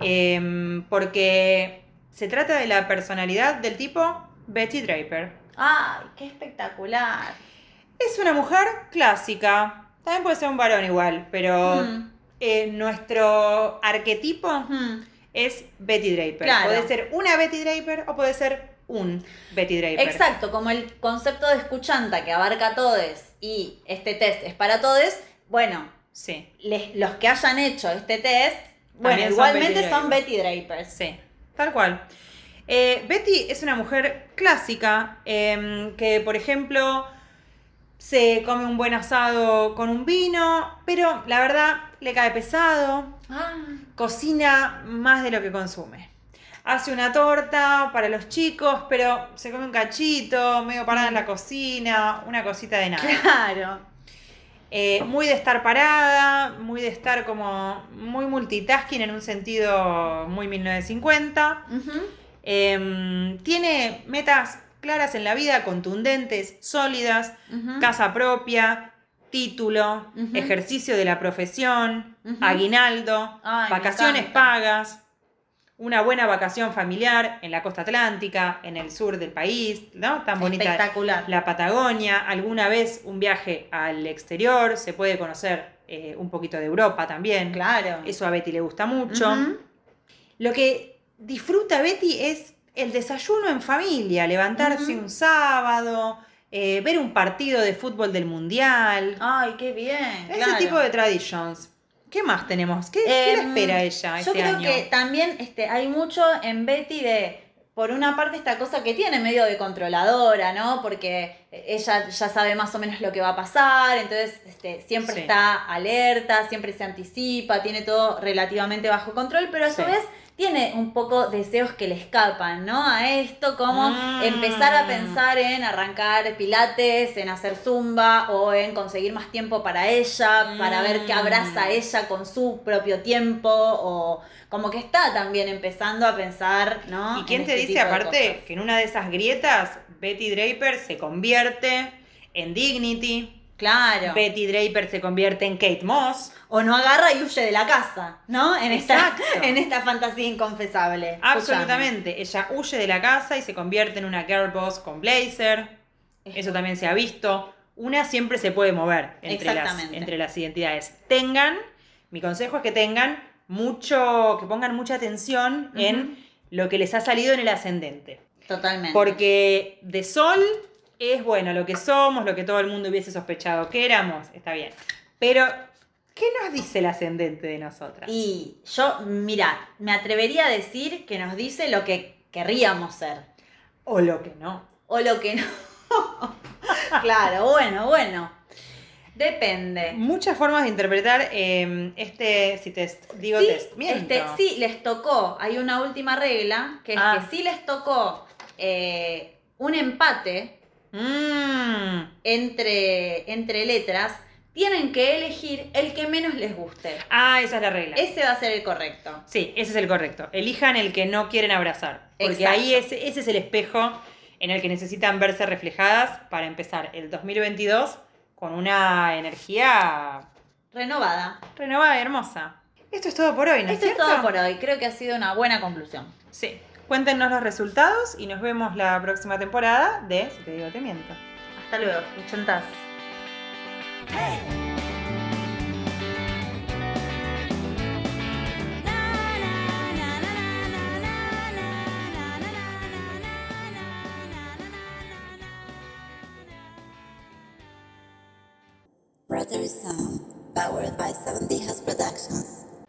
Speaker 2: em, porque se trata de la personalidad del tipo Betty Draper.
Speaker 3: ¡Ay, qué espectacular!
Speaker 2: Es una mujer clásica, también puede ser un varón igual, pero
Speaker 3: Mm,
Speaker 2: eh, nuestro arquetipo
Speaker 3: mm.
Speaker 2: es Betty Draper.
Speaker 3: Claro.
Speaker 2: Puede ser una Betty Draper o puede ser un Betty Draper.
Speaker 3: Exacto, como el concepto de escuchanta que abarca a todes y este test es para todes, bueno,
Speaker 2: Sí,
Speaker 3: les- los que hayan hecho este test, bueno,
Speaker 2: También son
Speaker 3: igualmente
Speaker 2: Betty
Speaker 3: son Betty Drapers.
Speaker 2: sí, tal cual. Eh, Betty es una mujer clásica em, que, por ejemplo, se come un buen asado con un vino, pero la verdad le cae pesado, cocina más de lo que consume. Hace una torta para los chicos, pero se come un cachito, medio parada en la cocina, una cosita de nada.
Speaker 3: Claro.
Speaker 2: Eh, muy de estar parada, muy de estar como muy multitasking en un sentido muy 1950.
Speaker 3: Ujú.
Speaker 2: Em, tiene metas claras en la vida, contundentes, sólidas,
Speaker 3: Ujú.
Speaker 2: casa propia, título,
Speaker 3: Ujú.
Speaker 2: ejercicio de la profesión,
Speaker 3: Ujú.
Speaker 2: aguinaldo,
Speaker 3: Ay, me
Speaker 2: vacaciones
Speaker 3: encanta.
Speaker 2: pagas, una buena vacación familiar en la costa atlántica, en el sur del país, ¿no? Tan bonita
Speaker 3: Espectacular.
Speaker 2: la Patagonia, alguna vez un viaje al exterior, se puede conocer eh, un poquito de Europa también.
Speaker 3: Claro.
Speaker 2: Eso a Betty le gusta mucho.
Speaker 3: Ujú.
Speaker 2: Lo que disfruta Betty es el desayuno en familia, levantarse
Speaker 3: Ujú.
Speaker 2: un sábado, eh, ver un partido de fútbol del mundial.
Speaker 3: Ay, qué bien.
Speaker 2: ese
Speaker 3: Ah, claro.
Speaker 2: tipo de traditions. ¿Qué más tenemos? ¿Qué, qué le
Speaker 3: Em,
Speaker 2: espera ella
Speaker 3: Yo
Speaker 2: este
Speaker 3: creo
Speaker 2: año?
Speaker 3: que también este, hay mucho en Betty de, por una parte, esta cosa que tiene medio de controladora, ¿no? Porque eh, ella ya sabe más o menos lo que va a pasar, entonces este, siempre
Speaker 2: Sí.
Speaker 3: está alerta, siempre se anticipa, tiene todo relativamente bajo control, pero a su
Speaker 2: Sí.
Speaker 3: vez tiene un poco deseos que le escapan, ¿no? A esto, como
Speaker 2: Mm.
Speaker 3: empezar a pensar en arrancar pilates, en hacer zumba o en conseguir más tiempo para ella, para ver qué abraza
Speaker 2: Mm.
Speaker 3: ella con su propio tiempo o como que está también empezando a pensar, ¿no?
Speaker 2: ¿Y quién
Speaker 3: En
Speaker 2: te
Speaker 3: este
Speaker 2: dice
Speaker 3: tipo de
Speaker 2: aparte
Speaker 3: cosas.
Speaker 2: que en una de esas grietas Betty Draper se convierte en Dignity,
Speaker 3: Claro.
Speaker 2: Betty Draper se convierte en Kate Moss?
Speaker 3: o no agarra y huye de la casa, ¿no? En esta,
Speaker 2: Exacto.
Speaker 3: en esta fantasía inconfesable. Escuchame.
Speaker 2: Absolutamente. Ella huye de la casa y se convierte en una girl boss con blazer. Eso también se ha visto. Una siempre se puede mover entre las,
Speaker 3: Exactamente.
Speaker 2: entre las identidades. Tengan, mi consejo es que tengan mucho, que pongan mucha atención
Speaker 3: Ujú.
Speaker 2: en lo que les ha salido en el ascendente.
Speaker 3: Totalmente.
Speaker 2: Porque de sol es bueno lo que somos, lo que todo el mundo hubiese sospechado que éramos, está bien. Pero, ¿qué nos dice el ascendente de nosotras?
Speaker 3: Y yo, mira, me atrevería a decir que nos dice lo que querríamos ser.
Speaker 2: O lo que no.
Speaker 3: O lo que no. claro, bueno, bueno. Depende.
Speaker 2: Muchas formas de interpretar eh, este, si te digo
Speaker 3: Sí,
Speaker 2: test, miento.
Speaker 3: este, sí, les tocó. Hay una última regla que es
Speaker 2: Ah.
Speaker 3: que si les tocó eh, un empate
Speaker 2: Mm.
Speaker 3: entre, entre letras, tienen que elegir el que menos les guste.
Speaker 2: Ah, esa es la regla.
Speaker 3: Ese va a ser el correcto.
Speaker 2: Sí, ese es el correcto. Elijan el que no quieren abrazar. Porque
Speaker 3: Exacto.
Speaker 2: ahí es, ese es el espejo en el que necesitan verse reflejadas para empezar el 2022 con una energía
Speaker 3: Renovada.
Speaker 2: renovada y hermosa. Esto es todo por hoy, ¿no es
Speaker 3: Esto es
Speaker 2: cierto?
Speaker 3: todo por hoy. Creo que ha sido una buena conclusión.
Speaker 2: Sí. Cuéntenos los resultados y nos vemos la próxima temporada de Si te digo te miento.
Speaker 3: Hasta luego. Escuchantas.
Speaker 4: Brother Sound, powered by 70 House Productions.